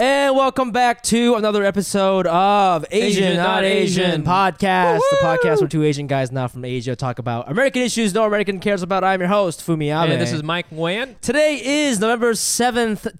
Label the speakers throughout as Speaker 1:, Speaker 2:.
Speaker 1: And welcome back to another episode of Asian,
Speaker 2: Asian,
Speaker 1: Not
Speaker 2: Not
Speaker 1: Asian,
Speaker 2: Asian.
Speaker 1: Podcast, the podcast where two Asian guys not from Asia talk about American issues no American cares about. I'm your host, Fumi Abe.
Speaker 3: And this is Mike Nguyen.
Speaker 1: Today is November 7th,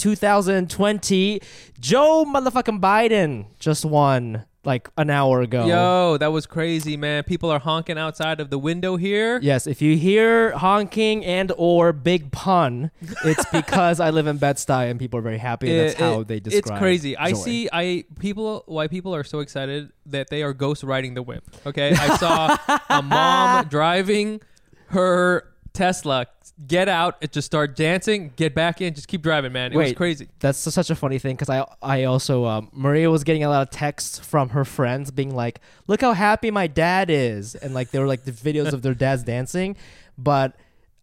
Speaker 1: 2020. Joe motherfucking Biden just won like an hour ago.
Speaker 3: Yo, Oh, that was crazy, man. People are honking outside of the window here.
Speaker 1: Yes, if you hear honking and or big pun, it's because I live in Bed-Stuy and people are very happy. and that's
Speaker 3: It-
Speaker 1: how
Speaker 3: it-
Speaker 1: they describe
Speaker 3: It's crazy. I
Speaker 1: joy.
Speaker 3: see. I people. Why people are so excited that they are ghost riding the whip. Okay, I saw a mom driving her Tesla. Get out and just start dancing. Get back in. Just keep driving, man. It was
Speaker 1: Wait.
Speaker 3: crazy.
Speaker 1: That's su- such a funny thing because I I also um, Maria was getting a lot of texts from her friends being like, "Look how happy my dad is," and like they were like the videos of their dads dancing, but.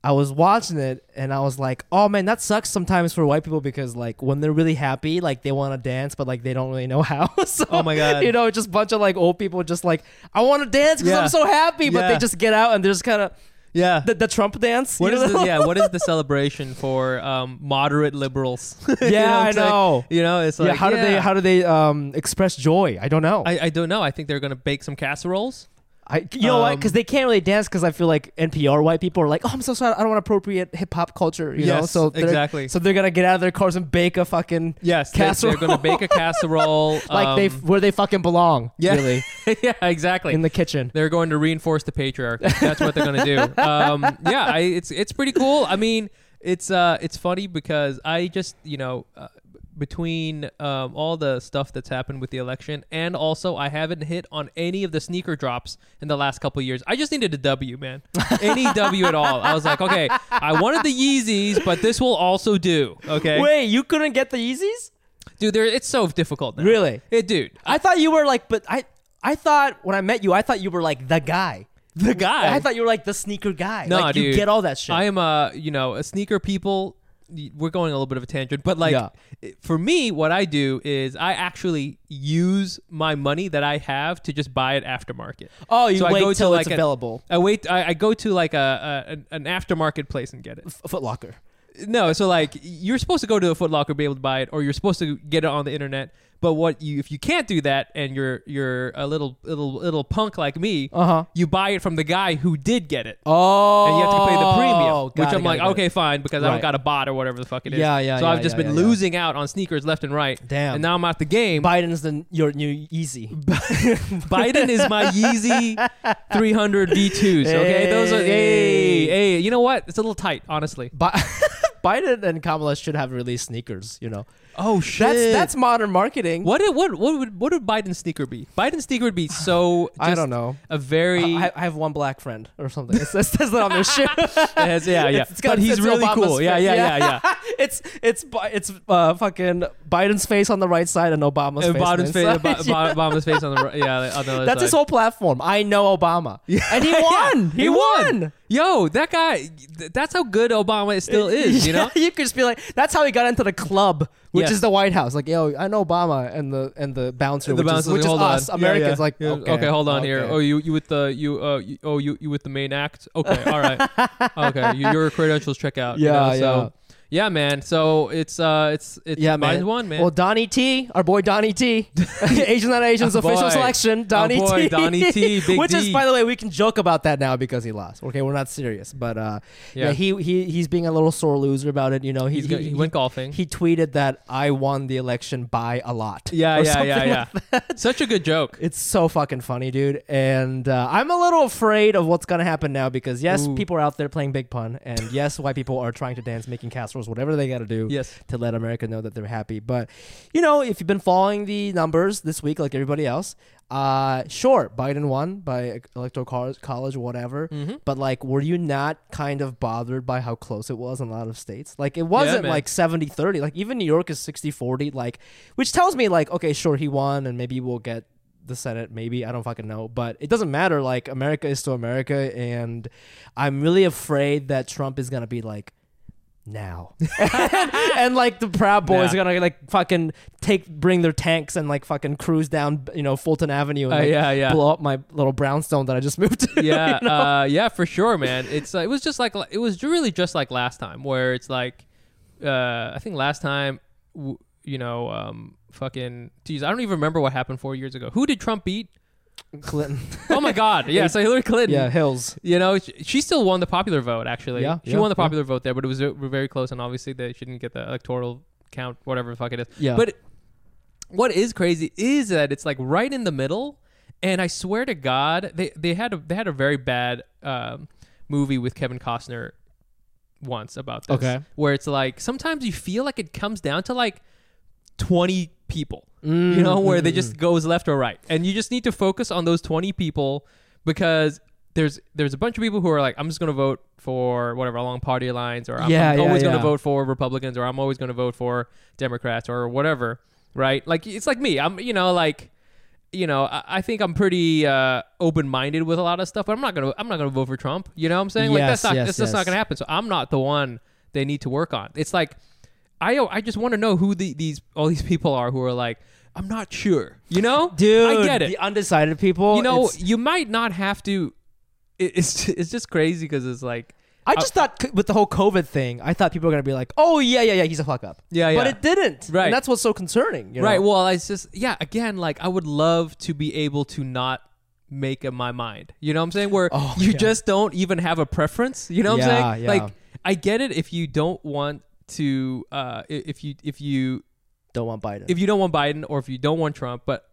Speaker 1: I was watching it and I was like, "Oh man, that sucks sometimes for white people because like when they're really happy, like they want to dance, but like they don't really know how." so,
Speaker 3: Oh my God.
Speaker 1: You know, just bunch of like old people just like, "I want to dance because
Speaker 3: Yeah.
Speaker 1: I'm so happy," but they
Speaker 3: Yeah.
Speaker 1: just get out and they're just kind of
Speaker 3: Yeah.
Speaker 1: the, the Trump dance.
Speaker 3: What
Speaker 1: you
Speaker 3: is
Speaker 1: know?
Speaker 3: the, yeah? What is the celebration for um, moderate liberals? You
Speaker 1: Yeah,
Speaker 3: what
Speaker 1: I
Speaker 3: I'm saying?
Speaker 1: know.
Speaker 3: You know, it's like
Speaker 1: yeah, how do they
Speaker 3: yeah.
Speaker 1: how do they um express joy? I don't know.
Speaker 3: I, I don't know. I think they're gonna bake some casseroles.
Speaker 1: I, you know what?
Speaker 3: Um,
Speaker 1: Because they can't really dance. Because I feel like NPR white people are like, oh, I'm so sorry, I don't want to appropriate hip hop culture. You know,
Speaker 3: Yes,
Speaker 1: so they're-
Speaker 3: exactly.
Speaker 1: So they're gonna get out of their cars and bake a fucking
Speaker 3: Yes, they-
Speaker 1: casserole.
Speaker 3: They're gonna bake a casserole.
Speaker 1: like they
Speaker 3: um,
Speaker 1: where they fucking belong.
Speaker 3: Yeah.
Speaker 1: really
Speaker 3: yeah, exactly.
Speaker 1: in the kitchen.
Speaker 3: they're going to reinforce the patriarchy. That's what they're gonna do. Um, yeah, I, it's it's pretty cool. I mean, it's uh, it's funny because I just you know. Uh, between um, all the stuff that's happened with the election, and also I haven't hit on any of the sneaker drops in the last couple of years. I just needed a W, man. Any W at all. I was like, okay, I wanted the Yeezys, but this will also do. Okay,
Speaker 1: Wait, you couldn't get the Yeezys?
Speaker 3: dude, there it's so difficult now.
Speaker 1: Really?
Speaker 3: it, dude.
Speaker 1: I thought you were like, but I I thought when I met you, I thought you were like the guy.
Speaker 3: The guy.
Speaker 1: I thought you were like the sneaker guy.
Speaker 3: No,
Speaker 1: like, you
Speaker 3: dude.
Speaker 1: get all that shit.
Speaker 3: I am a you know a sneaker people. y- We're going a little bit of a tangent, but like
Speaker 1: Yeah.
Speaker 3: it- for me, what I do is I actually use my money that I have to just buy it aftermarket.
Speaker 1: oh, you
Speaker 3: So I
Speaker 1: wait
Speaker 3: go to
Speaker 1: till
Speaker 3: like
Speaker 1: it's
Speaker 3: an-
Speaker 1: available.
Speaker 3: I wait. I, I go to like a, a an, an aftermarket place and get it.
Speaker 1: Foot Locker.
Speaker 3: No, so like you're supposed to go to a Foot Locker be able to buy it, or you're supposed to get it on the internet. But what you if you can't do that, and you're you're a little little little punk like me,
Speaker 1: Uh-huh.
Speaker 3: you buy it from the guy who did get it
Speaker 1: Oh,
Speaker 3: and you have to pay the premium,
Speaker 1: got
Speaker 3: which
Speaker 1: it,
Speaker 3: I'm
Speaker 1: got
Speaker 3: like,
Speaker 1: it, got it.
Speaker 3: okay, fine, because I
Speaker 1: Right.
Speaker 3: don't got a bot or whatever the fuck it is.
Speaker 1: Yeah, yeah,
Speaker 3: So
Speaker 1: yeah,
Speaker 3: I've just
Speaker 1: yeah,
Speaker 3: been
Speaker 1: yeah, yeah.
Speaker 3: losing out on sneakers left and right.
Speaker 1: Damn.
Speaker 3: And now I'm out the game.
Speaker 1: Biden's the your new Yeezy.
Speaker 3: Biden is my Yeezy 300 V2s. Okay, those are
Speaker 1: Hey.
Speaker 3: hey hey. You know what? It's a little tight, honestly.
Speaker 1: Bi- Biden and Kamala should have released sneakers. You know,
Speaker 3: Oh
Speaker 1: that's that's modern marketing.
Speaker 3: what did- what what would what would Biden's sneaker be? Biden's sneaker would be so.
Speaker 1: I
Speaker 3: just
Speaker 1: don't know.
Speaker 3: A very
Speaker 1: I, I have one black friend or something. It says, says that on their shoe.
Speaker 3: it has- yeah yeah.
Speaker 1: It's- it's got-
Speaker 3: but he's
Speaker 1: it's
Speaker 3: really
Speaker 1: Obama's
Speaker 3: cool. Yeah
Speaker 1: face.
Speaker 3: yeah yeah yeah.
Speaker 1: it's it's Bi- it's uh, fucking Biden's face on the right side and Obama's
Speaker 3: And
Speaker 1: face. on the
Speaker 3: Biden's face,
Speaker 1: side.
Speaker 3: Ob- Ob- Obama's face on the right- yeah on the other
Speaker 1: That's
Speaker 3: side.
Speaker 1: his whole platform. I know Obama, and he won. He, won.
Speaker 3: Yo, that guy. th- That's how good Obama still is. You know.
Speaker 1: you could just be like, that's how he got into the club, which
Speaker 3: Yes.
Speaker 1: is the White House. Like, yo, I know Obama and the and the bouncer,
Speaker 3: The
Speaker 1: which
Speaker 3: bounce
Speaker 1: is, which is
Speaker 3: hold
Speaker 1: us
Speaker 3: on. Yeah,
Speaker 1: Americans.
Speaker 3: yeah.
Speaker 1: Like,
Speaker 3: Yeah,
Speaker 1: okay,
Speaker 3: hold on here.
Speaker 1: okay.
Speaker 3: Oh, you you with the you uh you, oh you you with the main act. Okay, all right. okay, you, your credentials check out. you
Speaker 1: Yeah,
Speaker 3: know, so-
Speaker 1: yeah.
Speaker 3: yeah. Yeah, man. So it's uh, it's it's
Speaker 1: Yeah, man.
Speaker 3: mine's one, man.
Speaker 1: Well, Donnie T, our boy Donnie T, Asian Not Asians
Speaker 3: Our
Speaker 1: official
Speaker 3: boy.
Speaker 1: selection. Donnie
Speaker 3: Our boy,
Speaker 1: T,
Speaker 3: Donnie T, Big
Speaker 1: which is
Speaker 3: D.
Speaker 1: by the way, we can joke about that now because he lost. Okay, we're not serious, but uh, yeah.
Speaker 3: Yeah.
Speaker 1: he he he's being a little sore loser about it. You know, he
Speaker 3: He's go- he went golfing.
Speaker 1: He tweeted that I won the election by a lot.
Speaker 3: yeah,
Speaker 1: or
Speaker 3: yeah,
Speaker 1: something
Speaker 3: yeah,
Speaker 1: like
Speaker 3: yeah. Such a good joke.
Speaker 1: it's so fucking funny, dude. And uh, I'm a little afraid of what's gonna happen now because yes, people are out there playing big pun, and yes, white people are trying to dance, making casseroles, whatever they gotta do,
Speaker 3: Yes.
Speaker 1: to let America know that they're happy. But you know, if you've been following the numbers this week, like everybody else, uh, sure, Biden won by electoral college, college whatever. But like, were you not kind of bothered by how close it was in a lot of states? Like, it wasn't
Speaker 3: man.
Speaker 1: like. 70 30 like even new york is 60 40 like which tells me like okay sure he won and maybe we'll get the senate maybe i don't fucking know but it doesn't matter like america is still america and i'm really afraid that trump is gonna be like now and, like the proud boys
Speaker 3: Yeah.
Speaker 1: are gonna like fucking take bring their tanks and like fucking cruise down you know fulton avenue and
Speaker 3: Uh,
Speaker 1: like,
Speaker 3: yeah, yeah.
Speaker 1: blow up my little brownstone that i just moved to
Speaker 3: yeah, uh, yeah, for sure, man. It's uh, it was just like it was really just like last time, where it's like uh, I think last time, w- you know, um, fucking, geez, I don't even remember what happened four years ago. Who did Trump beat?
Speaker 1: clinton
Speaker 3: Oh my God, yeah, so Hillary Clinton.
Speaker 1: yeah hills
Speaker 3: You know, she, she still won the popular vote. Actually,
Speaker 1: Yeah,
Speaker 3: she
Speaker 1: yeah,
Speaker 3: won the
Speaker 1: yeah.
Speaker 3: popular vote there, but it was uh, very close, and obviously they she didn't get the electoral count, whatever the fuck it is.
Speaker 1: Yeah.
Speaker 3: But what is crazy is that it's like right in the middle, and I swear to God, they they had a, they had a very bad um, movie with Kevin Costner once about this,
Speaker 1: Okay.
Speaker 3: where it's like sometimes you feel like it comes down to like twenty people, you know,
Speaker 1: Mm-hmm.
Speaker 3: where they just goes left or right, and you just need to focus on those twenty people because there's there's a bunch of people who are like, I'm just gonna vote for whatever along party lines, or I'm,
Speaker 1: Yeah,
Speaker 3: I'm
Speaker 1: yeah,
Speaker 3: always gonna
Speaker 1: yeah.
Speaker 3: vote for Republicans, or I'm always gonna vote for Democrats, or whatever, right? Like it's like me, I'm you know like. You know, I I think I'm pretty uh, open-minded with a lot of stuff, but I'm not gonna I'm not gonna vote for Trump. You know what I'm saying? like
Speaker 1: Yes,
Speaker 3: that's not
Speaker 1: yes,
Speaker 3: that's just not
Speaker 1: yes.
Speaker 3: gonna happen. So I'm not the one they need to work on. It's like I I just want to know who the, these all these people are who are like I'm not sure. You know,
Speaker 1: dude
Speaker 3: I get it.
Speaker 1: the undecided people
Speaker 3: you know,
Speaker 1: it's-
Speaker 3: you might not have to. It, it's it's just crazy because it's like
Speaker 1: I just thought c- with the whole COVID thing, I thought people were gonna be like, "Oh yeah, yeah, yeah, he's a fuck up."
Speaker 3: Yeah, yeah.
Speaker 1: But it didn't.
Speaker 3: Right.
Speaker 1: And that's what's so concerning. you know?
Speaker 3: right. Well, it's just yeah. Again, like I would love to be able to not make up my mind. You know what I'm saying? Where
Speaker 1: Oh,
Speaker 3: you
Speaker 1: yeah.
Speaker 3: just don't even have a preference. You know what
Speaker 1: Yeah,
Speaker 3: I'm saying?
Speaker 1: yeah.
Speaker 3: Like I get it if you don't want to uh i- if you if you
Speaker 1: Don't want Biden.
Speaker 3: if you don't want Biden or if you don't want Trump, but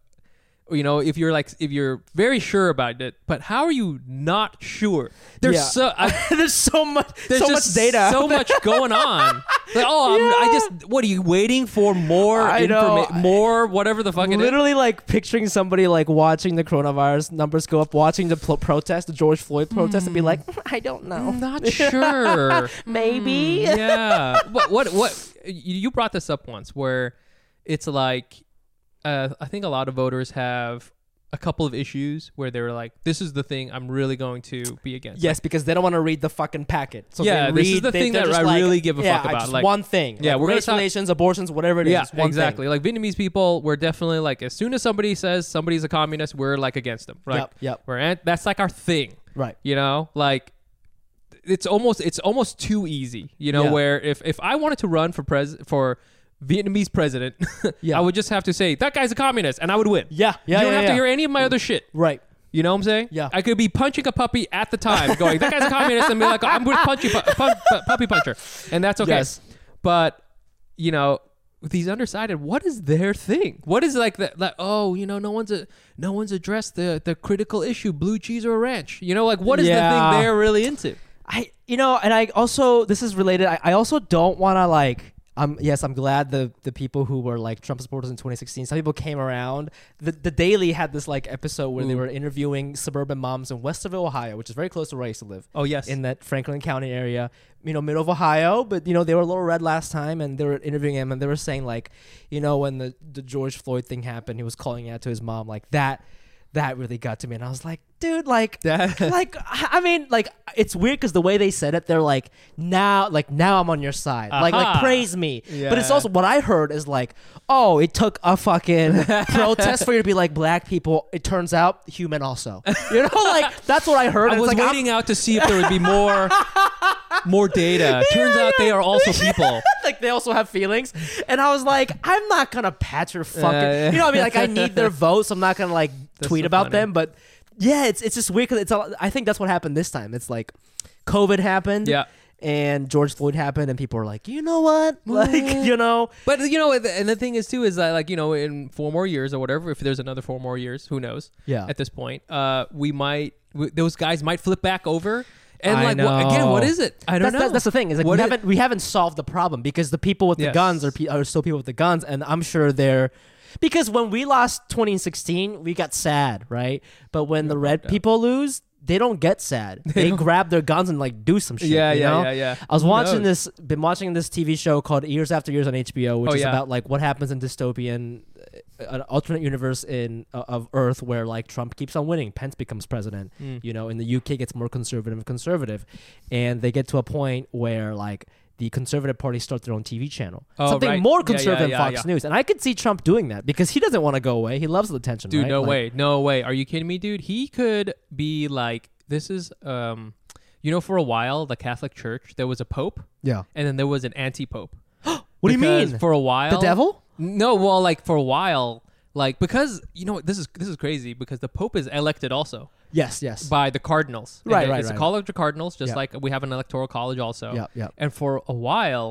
Speaker 3: you know, if you're like if you're very sure about it, but how are you not sure? There's
Speaker 1: Yeah.
Speaker 3: so I,
Speaker 1: there's so much,
Speaker 3: there's
Speaker 1: so
Speaker 3: just
Speaker 1: much data.
Speaker 3: so much going on. Like, oh, I'm, I just what are you waiting for more
Speaker 1: I know.
Speaker 3: informa- more whatever the fuck it is?
Speaker 1: Literally, like picturing somebody like watching the coronavirus numbers go up, watching the pl- protest, the George Floyd protest, and be like, Hmm. "I don't know,
Speaker 3: I'm not sure.
Speaker 1: maybe."
Speaker 3: yeah. What what what you you brought this up once where it's like uh, I think a lot of voters have a couple of issues where they're like this is the thing I'm really going to be against.
Speaker 1: Yes, because they don't want to read the fucking packet. So
Speaker 3: Yeah,
Speaker 1: they
Speaker 3: this is
Speaker 1: read-
Speaker 3: the
Speaker 1: they-
Speaker 3: thing
Speaker 1: they're
Speaker 3: that
Speaker 1: just
Speaker 3: I
Speaker 1: like,
Speaker 3: really give a
Speaker 1: yeah,
Speaker 3: fuck about,
Speaker 1: Just
Speaker 3: like-
Speaker 1: one thing.
Speaker 3: Yeah,
Speaker 1: Like,
Speaker 3: we're gonna
Speaker 1: race
Speaker 3: talk-
Speaker 1: relations, abortions, whatever it is.
Speaker 3: Yeah,
Speaker 1: just one thing.
Speaker 3: exactly. Like Vietnamese people, we're definitely like as soon as somebody says somebody's a communist, we're like against them. Right?
Speaker 1: Yep, yep.
Speaker 3: We're ant- that's like our thing.
Speaker 1: Right.
Speaker 3: You know, like it's almost it's almost too easy. You know,
Speaker 1: Yeah.
Speaker 3: where if if I wanted to run for pres for Vietnamese president,
Speaker 1: Yeah.
Speaker 3: I would just have to say that guy's a communist, and I would win.
Speaker 1: Yeah, yeah,
Speaker 3: You don't
Speaker 1: yeah,
Speaker 3: have to
Speaker 1: yeah.
Speaker 3: hear any of my other shit.
Speaker 1: Right.
Speaker 3: You know what I'm saying?
Speaker 1: Yeah.
Speaker 3: I could be punching a puppy at the time, going, "That guy's a communist," and be like, "I'm with punchy pu- pun- pu- puppy puncher," and that's okay.
Speaker 1: Yes.
Speaker 3: But you know, these undersided, what is their thing? What is like that? Like, oh, you know, no one's a, no one's addressed the the critical issue: blue cheese or ranch. You know, like what is
Speaker 1: Yeah.
Speaker 3: the thing they're really into?
Speaker 1: I you know, and I also this is related. I, I also don't want to like. Um, yes, I'm glad the, the people who were like Trump supporters in 2016. Some people came around. The the Daily had this like episode where they were interviewing suburban moms in Westerville, Ohio, which is very close to where I used to live.
Speaker 3: Oh, yes.
Speaker 1: in that Franklin County area, you know, middle of Ohio. But you know, they were a little red last time, and they were interviewing him, and they were saying like, you know, when the the George Floyd thing happened, he was calling out to his mom like that. That really got to me, and I was like, dude, like,
Speaker 3: That-
Speaker 1: like I I mean, like it's weird because the way they said it, they're like, now, like now I'm on your side, like, like
Speaker 3: Aha.
Speaker 1: praise me. But it's
Speaker 3: Uh-huh. Yeah.
Speaker 1: also what I heard is like, oh, it took a fucking protest for you to be like black people. It turns out human also, you know, like that's what I heard. and
Speaker 3: I
Speaker 1: it's
Speaker 3: was
Speaker 1: like, I'm-
Speaker 3: waiting out to see if there would be more more data. Turns out they are also people.
Speaker 1: like they also have feelings. And I was like, I'm not gonna pat your fucking.
Speaker 3: yeah.
Speaker 1: You know what I mean? Like I need their votes. I'm not gonna like tweet
Speaker 3: so
Speaker 1: about
Speaker 3: funny.
Speaker 1: them. But yeah, it's it's just weird. 'cause it's all, I think that's what happened this time. It's like COVID happened.
Speaker 3: Yeah.
Speaker 1: And George Floyd happened, and people were like, you know what? Like, you know,
Speaker 3: But you know, th- and the thing is too is that like you know, in four more years or whatever, if there's another four more years, who knows?
Speaker 1: Yeah.
Speaker 3: At this point, uh, we might w- those guys might flip back over, and
Speaker 1: I
Speaker 3: like wha- again,
Speaker 1: know.
Speaker 3: what is it? I don't
Speaker 1: that's,
Speaker 3: know.
Speaker 1: that's, that's the thing. Is like
Speaker 3: What
Speaker 1: we
Speaker 3: it-
Speaker 1: haven't we haven't solved the problem because the people with the
Speaker 3: Yes.
Speaker 1: guns are, pe- are still people with the guns, and I'm sure they're because when we lost 2016, we got sad, right? But when the red people lose, they don't get sad. They, grab their guns and like do some shit.
Speaker 3: Yeah,
Speaker 1: you
Speaker 3: yeah,
Speaker 1: know?
Speaker 3: yeah, yeah.
Speaker 1: I was
Speaker 3: Who
Speaker 1: watching
Speaker 3: knows?
Speaker 1: this, been watching this TV show called Years After Years on HBO, which
Speaker 3: Oh,
Speaker 1: is
Speaker 3: yeah.
Speaker 1: about like what happens in dystopian. uh, An alternate universe in uh, of Earth where like Trump keeps on winning, Pence becomes president,
Speaker 3: Hmm.
Speaker 1: you know, and the UK gets more conservative and conservative, and they get to a point where like the conservative party start their own TV channel,
Speaker 3: Oh,
Speaker 1: something
Speaker 3: right.
Speaker 1: more
Speaker 3: Yeah, yeah,
Speaker 1: conservative
Speaker 3: yeah,
Speaker 1: than Fox
Speaker 3: yeah.
Speaker 1: News, and I could see Trump doing that because he doesn't want to go away. He loves the attention,
Speaker 3: dude
Speaker 1: right?
Speaker 3: no
Speaker 1: Like,
Speaker 3: way no way are you kidding me dude he could be like this is um you know for a while the catholic church there was a pope
Speaker 1: Yeah.
Speaker 3: and then there was an anti-pope
Speaker 1: What do you
Speaker 3: Because
Speaker 1: mean?
Speaker 3: for a while
Speaker 1: The devil?
Speaker 3: no well like for a while like because you know what, this is this is crazy because the pope is elected also
Speaker 1: Yes, yes.
Speaker 3: by the cardinals And
Speaker 1: Right,
Speaker 3: the-
Speaker 1: right,
Speaker 3: it's
Speaker 1: right,
Speaker 3: a college of cardinals just
Speaker 1: Yeah.
Speaker 3: like we have an electoral college also
Speaker 1: Yeah, yeah.
Speaker 3: and for a while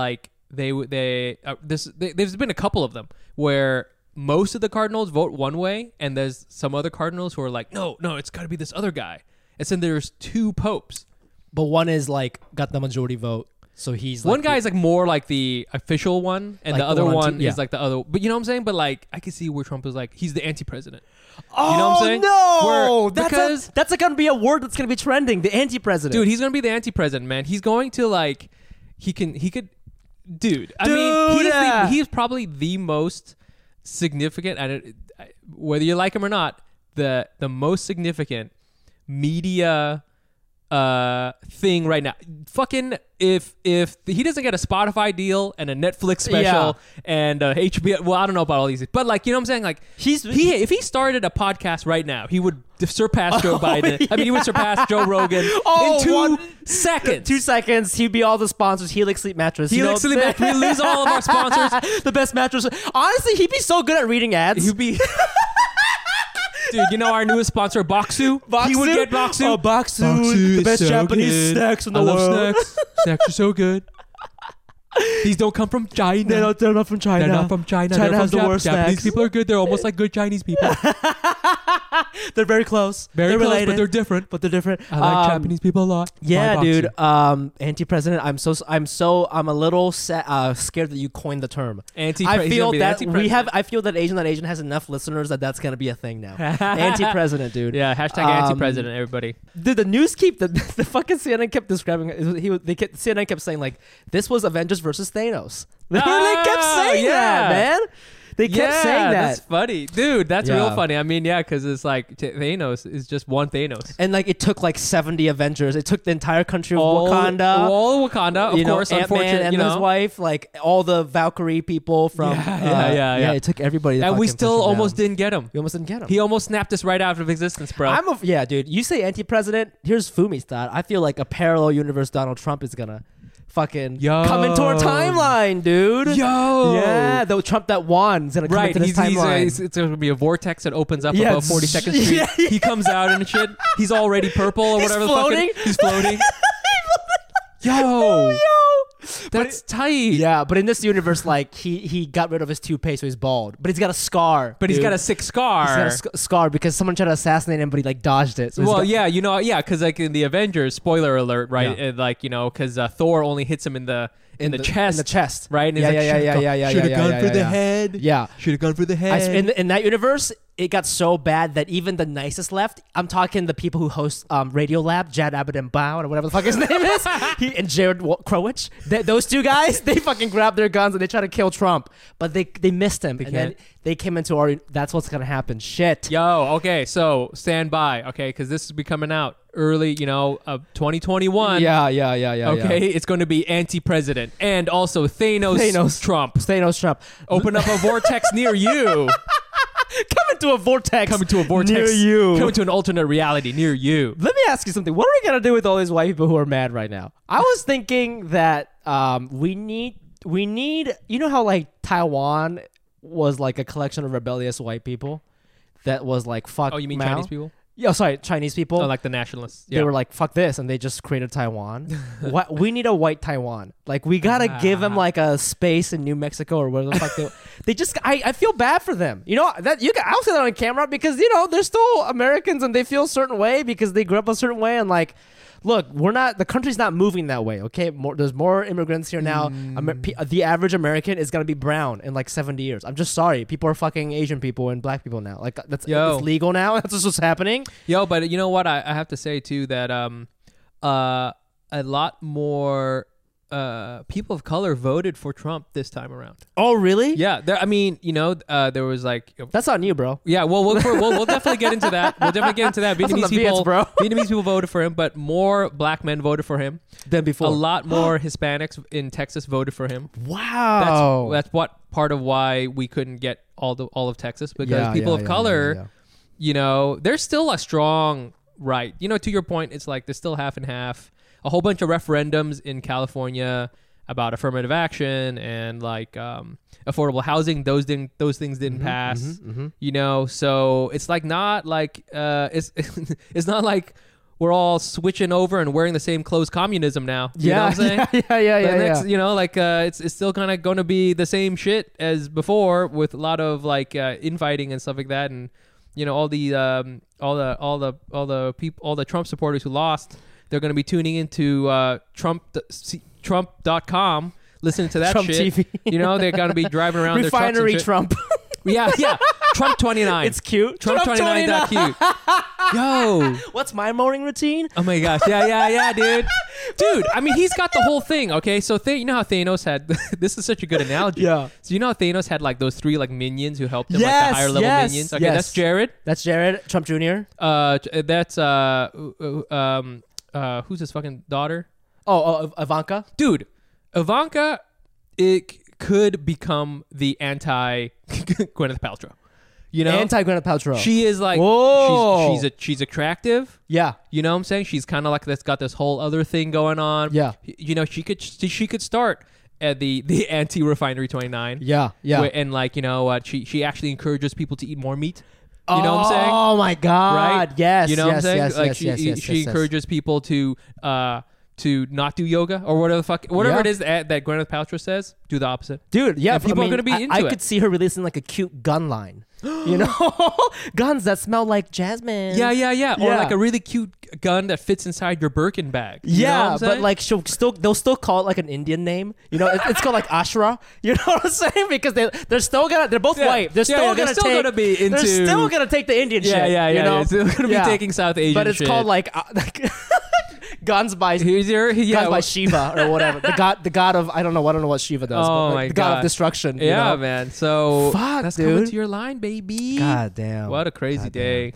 Speaker 3: like they w- they uh, this they, there's been a couple of them where most of the cardinals vote one way and there's some other cardinals who are like no no it's got to be this other guy and so there's two popes
Speaker 1: but one is like got the majority vote, so he's
Speaker 3: one
Speaker 1: like,
Speaker 3: guy is like more like the official one and
Speaker 1: Like
Speaker 3: the
Speaker 1: the
Speaker 3: other
Speaker 1: one
Speaker 3: one,
Speaker 1: on t- yeah.
Speaker 3: is like the other but you know what i'm saying but like i can see where trump is like he's the anti-president
Speaker 1: Oh
Speaker 3: you know what i'm saying
Speaker 1: no!
Speaker 3: Where-
Speaker 1: that's
Speaker 3: because
Speaker 1: a, that's gonna be a word that's gonna be trending. The anti-president,
Speaker 3: dude he's gonna be the anti-president man he's going to like he can he could dude, i mean
Speaker 1: Dude,
Speaker 3: he's,
Speaker 1: yeah.
Speaker 3: the, he's probably the most significant I don't, I, whether you like him or not the the most significant media uh thing right now fucking if if he doesn't get a spotify deal and a netflix special and uh hbo well i don't know about all these but like you know what i'm saying like
Speaker 1: He's-
Speaker 3: he if he started a podcast right now he would surpass joe biden i mean he would surpass joe rogan
Speaker 1: Oh,
Speaker 3: in two
Speaker 1: one-
Speaker 3: seconds.
Speaker 1: two seconds, he'd be all the sponsors. Helix sleep mattress. you
Speaker 3: Helix
Speaker 1: know,
Speaker 3: Sleep Mac- we lose all of our sponsors.
Speaker 1: the best mattress. Honestly, he'd be so good at reading ads.
Speaker 3: You'd be. Dude, you know our newest sponsor, Boxu. He would get Boxu.
Speaker 1: Oh, Baksu, the
Speaker 3: is
Speaker 1: best
Speaker 3: so
Speaker 1: Japanese
Speaker 3: good.
Speaker 1: snacks in the
Speaker 3: I
Speaker 1: world.
Speaker 3: love snacks. snacks are so good. These don't come from China.
Speaker 1: They're not, they're not from China.
Speaker 3: They're not from China.
Speaker 1: China
Speaker 3: They're
Speaker 1: has
Speaker 3: from
Speaker 1: the
Speaker 3: Jap-
Speaker 1: worst
Speaker 3: Japanese
Speaker 1: snacks.
Speaker 3: people are good. They're almost like good Chinese people.
Speaker 1: They're very close.
Speaker 3: Very
Speaker 1: they're
Speaker 3: close,
Speaker 1: related,
Speaker 3: but they're different.
Speaker 1: but they're different.
Speaker 3: I like
Speaker 1: Um,
Speaker 3: Japanese people a lot.
Speaker 1: Yeah,
Speaker 3: Buy Boxu.
Speaker 1: dude. Um, anti-president. I'm so. I'm so. I'm a little sa- uh, scared that you coined the term.
Speaker 3: Anti-
Speaker 1: I
Speaker 3: he's
Speaker 1: feel
Speaker 3: gonna be the
Speaker 1: that we
Speaker 3: anti-president.
Speaker 1: have. I feel that Asian that Asian has enough listeners that that's gonna be a thing now. anti-president, dude.
Speaker 3: Yeah, hashtag
Speaker 1: Um,
Speaker 3: anti-president, everybody.
Speaker 1: Dude, the news keep the, the fucking CNN kept describing it. It was- He was- they kept CNN kept saying like this was Avengers versus Thanos. they kept
Speaker 3: Oh,
Speaker 1: saying that,
Speaker 3: yeah.
Speaker 1: man. They kept saying that.
Speaker 3: that's funny, dude. That's
Speaker 1: Yeah.
Speaker 3: real funny. I mean, yeah, because it's like Th- Thanos is just one Thanos.
Speaker 1: and like it took like 70 Avengers. It took the entire country of
Speaker 3: all,
Speaker 1: Wakanda.
Speaker 3: all Wakanda, of
Speaker 1: you know,
Speaker 3: course.
Speaker 1: Ant-Man
Speaker 3: unfortunately,
Speaker 1: and
Speaker 3: you know,
Speaker 1: his wife, like all the Valkyrie people from.
Speaker 3: Yeah,
Speaker 1: uh,
Speaker 3: yeah, yeah, yeah.
Speaker 1: It took everybody. to
Speaker 3: and we
Speaker 1: fucking push
Speaker 3: still
Speaker 1: him
Speaker 3: almost
Speaker 1: down.
Speaker 3: didn't get him.
Speaker 1: We almost didn't get him.
Speaker 3: He almost snapped us right out of existence, bro.
Speaker 1: I'm a, yeah, dude. You say anti-president. Here's Fumi's thought. I feel like a parallel universe Donald Trump is gonna fucking
Speaker 3: Yo.
Speaker 1: come into our timeline, dude.
Speaker 3: Yo.
Speaker 1: yeah, though Trump that won is gonna come
Speaker 3: right.
Speaker 1: into
Speaker 3: He's,
Speaker 1: this
Speaker 3: he's,
Speaker 1: timeline.
Speaker 3: uh, he's- it's gonna be a vortex that opens up
Speaker 1: Yeah,
Speaker 3: above 42nd Street.
Speaker 1: yeah,
Speaker 3: He comes out and shit. He's already purple or
Speaker 1: He's
Speaker 3: whatever.
Speaker 1: floating.
Speaker 3: The fucking, he's floating. Yo,
Speaker 1: Yo.
Speaker 3: that's tight.
Speaker 1: Yeah, but in this universe, like he he got rid of his toupee, so he's bald. But he's got a scar.
Speaker 3: But he's
Speaker 1: dude.
Speaker 3: got a sick scar.
Speaker 1: He's got a sc- scar because someone tried to assassinate him, but he like dodged it. So he's
Speaker 3: Well,
Speaker 1: got-
Speaker 3: yeah, you know, yeah, because like in the Avengers, spoiler alert, right?
Speaker 1: Yeah.
Speaker 3: uh, like you know, because uh, Thor only hits him in the in, the, chest,
Speaker 1: in the chest,
Speaker 3: right? And
Speaker 1: Yeah,
Speaker 3: he's
Speaker 1: yeah, yeah, yeah,
Speaker 3: like, "Should've gone-
Speaker 1: yeah, yeah, yeah,
Speaker 3: should've
Speaker 1: yeah,
Speaker 3: gone
Speaker 1: yeah,
Speaker 3: for the
Speaker 1: yeah.
Speaker 3: head.
Speaker 1: Yeah.
Speaker 3: should have gone for the
Speaker 1: I,
Speaker 3: head.
Speaker 1: in, in that universe, it got so bad that even the nicest left. I'm talking the people who host um, Radio Lab, Jad Abbott and Bow, or whatever the fuck his name is, he, and Jared Wa- Crowich. Th- those two guys, they fucking grabbed their guns and they tried to kill Trump, but they they missed him, and then
Speaker 3: can't.
Speaker 1: they came into our. That's what's gonna happen. Shit.
Speaker 3: Yo, okay, so stand by, okay, because this is be coming out early, you know, of 2021.
Speaker 1: Yeah, yeah, yeah, yeah.
Speaker 3: Okay, it's going to be anti-president and also Thanos,
Speaker 1: Thanos.
Speaker 3: Trump.
Speaker 1: Thanos Trump.
Speaker 3: Open up a vortex near you.
Speaker 1: Come into a vortex.
Speaker 3: Coming to a vortex
Speaker 1: near you.
Speaker 3: Coming to an alternate reality near you.
Speaker 1: Let me ask you something. What are we gonna do with all these white people who are mad right now? I was thinking that um, we need we need you know how like Taiwan was like a collection of rebellious white people that was like fuck.
Speaker 3: Oh, you mean
Speaker 1: Mao?
Speaker 3: Chinese people?
Speaker 1: Yeah, sorry, Chinese people.
Speaker 3: Oh, like the nationalists. Yeah.
Speaker 1: They were like fuck this, and they just created Taiwan. what we need a white Taiwan. Like we gotta
Speaker 3: Ah.
Speaker 1: give them like a space in New Mexico or where the fuck they. They just I, I feel bad for them. You know that you can, I'll say that on camera because you know they're still Americans and they feel a certain way because they grew up a certain way and like. Look, we're not. The country's not moving that way. Okay, more, there's more immigrants here now.
Speaker 3: Mm.
Speaker 1: Amer- pe- the average American is gonna be brown in like 70 years. I'm just sorry. People are fucking Asian people and black people now. Like that's
Speaker 3: Yo.
Speaker 1: it's legal now. That's just what's happening.
Speaker 3: Yo, but you know what? I, I have to say too that um, uh, a lot more uh people of color voted for Trump this time around.
Speaker 1: Oh, really?
Speaker 3: Yeah, there. I mean, you know, uh, there was like.
Speaker 1: That's on you, bro.
Speaker 3: Yeah, well, we'll, we'll, we'll definitely get into that. We'll definitely get into that.
Speaker 1: That's on the
Speaker 3: Vietnamese people,
Speaker 1: Viets, bro.
Speaker 3: Vietnamese people voted for him, but more black men voted for him.
Speaker 1: Than before.
Speaker 3: A lot more Hispanics in Texas voted for him. That's,
Speaker 1: Wow.
Speaker 3: that's what part of why we couldn't get all the all of Texas because
Speaker 1: Yeah,
Speaker 3: people
Speaker 1: yeah,
Speaker 3: of
Speaker 1: yeah,
Speaker 3: color,
Speaker 1: yeah, yeah.
Speaker 3: you know, there's still a strong right. You know, to your point, it's like there's still half and half. A whole bunch of referendums in California about affirmative action and like um, affordable housing. Those didn't. Those things didn't
Speaker 1: Mm-hmm,
Speaker 3: pass. You know, so it's like not like uh, it's it's not like. We're all switching over and wearing the same clothes communism now. You know
Speaker 1: yeah,
Speaker 3: what I'm saying?
Speaker 1: yeah, yeah, yeah,
Speaker 3: the
Speaker 1: yeah,
Speaker 3: next,
Speaker 1: yeah.
Speaker 3: you know, like uh, it's it's still kind of going to be the same shit as before, with a lot of like uh, infighting and stuff like that, and you know all the um, all the all the all the people all the Trump supporters who lost, they're going to be tuning into uh, Trump C- Trump.com, listening to that
Speaker 1: Trump
Speaker 3: shit.
Speaker 1: TV.
Speaker 3: You know, they're going to be driving around their trucks and
Speaker 1: Refinery
Speaker 3: shit.
Speaker 1: Trump.
Speaker 3: Yeah, yeah, Trump twenty nine.
Speaker 1: it's cute.
Speaker 3: Trump
Speaker 1: Trump
Speaker 3: twenty nine. dot cute. Yo,
Speaker 1: What's my morning routine?
Speaker 3: Oh my gosh. Yeah, yeah, yeah, dude. Dude, I mean, he's got the whole thing, okay? So, th- you know how Thanos had this is such a good analogy.
Speaker 1: Yeah.
Speaker 3: So, you know how Thanos had like those three like minions who helped him, like
Speaker 1: Yes,
Speaker 3: the higher level
Speaker 1: yes,
Speaker 3: minions? Okay,
Speaker 1: yes.
Speaker 3: that's Jared.
Speaker 1: That's Jared Trump Jr.
Speaker 3: Uh, t- that's uh, uh, um, uh, who's his fucking daughter?
Speaker 1: Oh, oh Iv- Ivanka.
Speaker 3: Dude, Ivanka it c- could become the anti Gwyneth Paltrow. You know?
Speaker 1: Anti Gwyneth Paltrow.
Speaker 3: she is like
Speaker 1: Whoa.
Speaker 3: she's she's, a, she's attractive.
Speaker 1: yeah.
Speaker 3: You know what I'm saying? She's kind of like that's got this whole other thing going on.
Speaker 1: Yeah.
Speaker 3: You know, she could she could start at the the anti refinery 29.
Speaker 1: Yeah. Yeah.
Speaker 3: Where- And like, you know, uh, she she actually encourages people to eat more meat. You know what I'm saying?
Speaker 1: Oh my God.
Speaker 3: right?
Speaker 1: Yes.
Speaker 3: You know
Speaker 1: yes,
Speaker 3: what I'm saying?
Speaker 1: Yes,
Speaker 3: like
Speaker 1: yes,
Speaker 3: she e-
Speaker 1: yes, yes,
Speaker 3: she
Speaker 1: yes, yes.
Speaker 3: encourages people to uh to not do yoga or whatever the fuck whatever
Speaker 1: Yeah.
Speaker 3: it is that, that Gwyneth Paltrow says, do the opposite.
Speaker 1: Dude, yeah,
Speaker 3: And people
Speaker 1: I
Speaker 3: are
Speaker 1: mean,
Speaker 3: gonna be
Speaker 1: I,
Speaker 3: into
Speaker 1: I
Speaker 3: it.
Speaker 1: could see her releasing like a cute gun line, you know, guns that smell like jasmine.
Speaker 3: Yeah, yeah, yeah. Or
Speaker 1: Yeah.
Speaker 3: like a really cute gun that fits inside your Birkin bag. You know what
Speaker 1: Yeah,
Speaker 3: I'm
Speaker 1: but
Speaker 3: saying?
Speaker 1: like she'll still they'll still call it like an Indian name. You know, it, it's called like Ashra. You know what I'm saying? Because they they're still gonna they're both
Speaker 3: Yeah.
Speaker 1: white. They're
Speaker 3: Yeah,
Speaker 1: still
Speaker 3: yeah,
Speaker 1: gonna
Speaker 3: they're still
Speaker 1: take,
Speaker 3: gonna be into-
Speaker 1: they're still gonna take the Indian
Speaker 3: Yeah,
Speaker 1: shit.
Speaker 3: yeah,
Speaker 1: you
Speaker 3: yeah,
Speaker 1: know?
Speaker 3: yeah. They're gonna be
Speaker 1: Yeah.
Speaker 3: taking South Asian
Speaker 1: But it's called
Speaker 3: shit.
Speaker 1: like, uh, like guns by
Speaker 3: Here's your
Speaker 1: guns
Speaker 3: yeah,
Speaker 1: by
Speaker 3: well-
Speaker 1: Shiva or whatever. the god the god of I don't know I don't know what Shiva does. but
Speaker 3: Oh my
Speaker 1: like, the god,
Speaker 3: God.
Speaker 1: of destruction. you
Speaker 3: Yeah,
Speaker 1: know?
Speaker 3: man. So
Speaker 1: Fuck,
Speaker 3: that's coming
Speaker 1: dude.
Speaker 3: to your line, baby.
Speaker 1: God oh, damn.
Speaker 3: What a crazy
Speaker 1: God damn.
Speaker 3: day.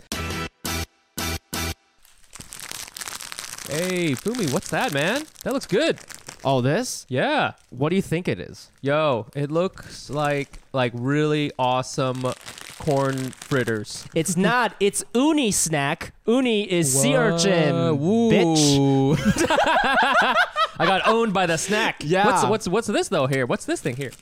Speaker 3: Hey, Fumi, what's that, man? That looks good.
Speaker 1: All Oh, this?
Speaker 3: Yeah.
Speaker 1: What do you think it is?
Speaker 3: Yo, it looks like like really awesome corn fritters.
Speaker 1: It's not. It's uni snack. Uni is sea urchin,
Speaker 3: Whoa.
Speaker 1: bitch.
Speaker 3: I got owned by the snack.
Speaker 1: Yeah.
Speaker 3: What's what's what's this though here? What's this thing here?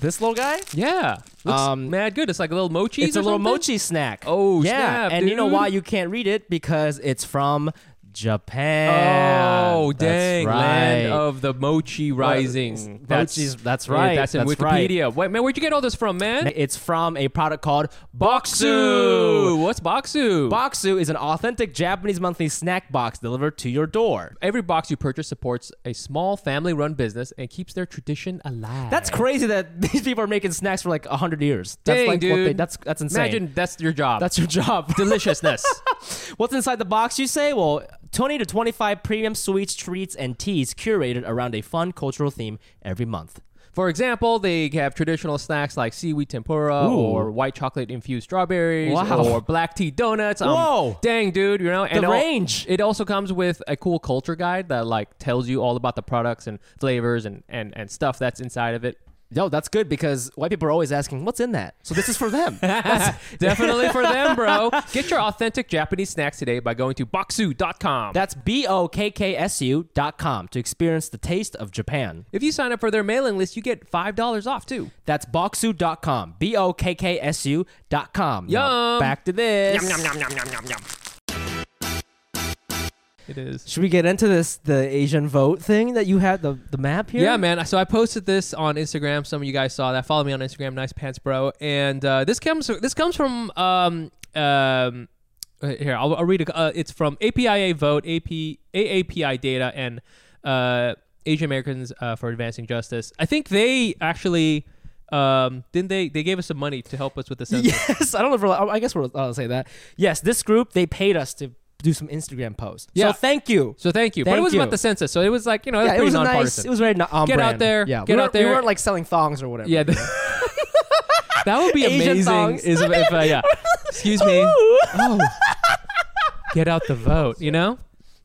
Speaker 1: This little guy?
Speaker 3: Yeah. Looks
Speaker 1: Um,
Speaker 3: mad good. It's like a little mochi.
Speaker 1: It's a
Speaker 3: or
Speaker 1: little
Speaker 3: something?
Speaker 1: mochi snack.
Speaker 3: Oh,
Speaker 1: yeah.
Speaker 3: snap,
Speaker 1: and you know
Speaker 3: dude.
Speaker 1: why you can't read it? Because it's from Japan.
Speaker 3: Oh,
Speaker 1: That's
Speaker 3: dang. Oh.
Speaker 1: right.
Speaker 3: Land of the Mochi Risings.
Speaker 1: That's, that's
Speaker 3: yeah,
Speaker 1: right.
Speaker 3: that's in
Speaker 1: right.
Speaker 3: Wikipedia. Wait, man, where'd you get all this from, man?
Speaker 1: It's from a product called
Speaker 3: Baksu.
Speaker 1: Boxu.
Speaker 3: What's Baksu?
Speaker 1: Boxu is an authentic Japanese monthly snack box delivered to your door.
Speaker 3: Every box you purchase supports a small family run business and keeps their tradition alive.
Speaker 1: That's crazy that these people are making snacks for like 100 years. That's
Speaker 3: Dang,
Speaker 1: like
Speaker 3: dude.
Speaker 1: what they, that's that's insane.
Speaker 3: Imagine that's your job.
Speaker 1: that's your job.
Speaker 3: deliciousness.
Speaker 1: What's inside the box, you say? Well, 20 to 25 premium sweets, treats, and teas curated around a fun cultural theme every month.
Speaker 3: For example, they have traditional snacks like seaweed tempura or white chocolate infused strawberries
Speaker 1: Wow.
Speaker 3: or black tea donuts. Um,
Speaker 1: Whoa.
Speaker 3: Dang, dude, you know? And
Speaker 1: The
Speaker 3: al-
Speaker 1: range.
Speaker 3: it also comes with a cool culture guide that like tells you all about the products and flavors and, and, and stuff that's inside of it.
Speaker 1: Yo, that's good because white people are always asking, what's in that? So this is for them.
Speaker 3: Definitely for them, bro. Get your authentic Japanese snacks today by going to baksu.com.
Speaker 1: That's B O K K S U dot com to experience the taste of Japan.
Speaker 3: if you sign up for their mailing list, you get $5 off too.
Speaker 1: That's boxu.com. B O K K S U dot com. Now,
Speaker 3: Yum.
Speaker 1: Back to this.
Speaker 3: It is.
Speaker 1: Should we get into this, the Asian vote thing that you had, the, the map here?
Speaker 3: Yeah, man. So I posted this on Instagram. Some of you guys saw that. Follow me on Instagram, nice pants, bro. And uh, this comes this comes from um um uh, here. I'll, I'll read it. Uh, it's from APIA Vote, AP AAPI Data, and uh, Asian Americans uh, for Advancing Justice. I think they actually um didn't they they gave us some money to help us with the census.
Speaker 1: Yes, I don't know if we're, I guess we're I'll say that. Yes, this group they paid us to do some Instagram posts.
Speaker 3: Yeah.
Speaker 1: So thank you.
Speaker 3: So thank you. but it
Speaker 1: Thank
Speaker 3: was
Speaker 1: you.
Speaker 3: about the census. So it was like you know it was
Speaker 1: yeah, it
Speaker 3: pretty
Speaker 1: was a
Speaker 3: nonpartisan.
Speaker 1: nice. It was very no- on
Speaker 3: Get out
Speaker 1: brand.
Speaker 3: there,
Speaker 1: Yeah,
Speaker 3: get
Speaker 1: we
Speaker 3: out
Speaker 1: weren't-
Speaker 3: there.
Speaker 1: We weren't like selling thongs or whatever.
Speaker 3: Yeah. the- that would be
Speaker 1: Asian
Speaker 3: amazing.
Speaker 1: songs.
Speaker 3: Is if, if, uh, yeah. Excuse me. Oh. Get out the vote, you know?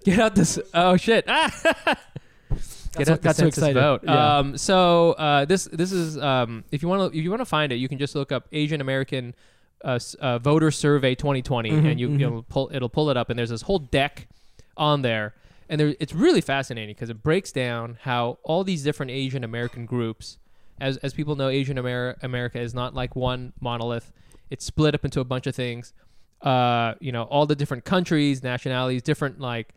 Speaker 3: Get out this Oh shit. Ah. Get
Speaker 1: what-
Speaker 3: out the
Speaker 1: got too
Speaker 3: census
Speaker 1: excited.
Speaker 3: vote.
Speaker 1: Yeah.
Speaker 3: Um so uh this this is um if you want to if you want to find it, you can just look up Asian American uh, s- uh, voter survey 2020
Speaker 1: Mm-hmm,
Speaker 3: and you you'll pull it'll pull it up and there's this whole deck on there and there, it's really fascinating because it breaks down how all these different Asian American groups, as as people know, Asian Amer- America is not like one monolith. It's split up into a bunch of things. Uh, you know, all the different countries, nationalities, different like,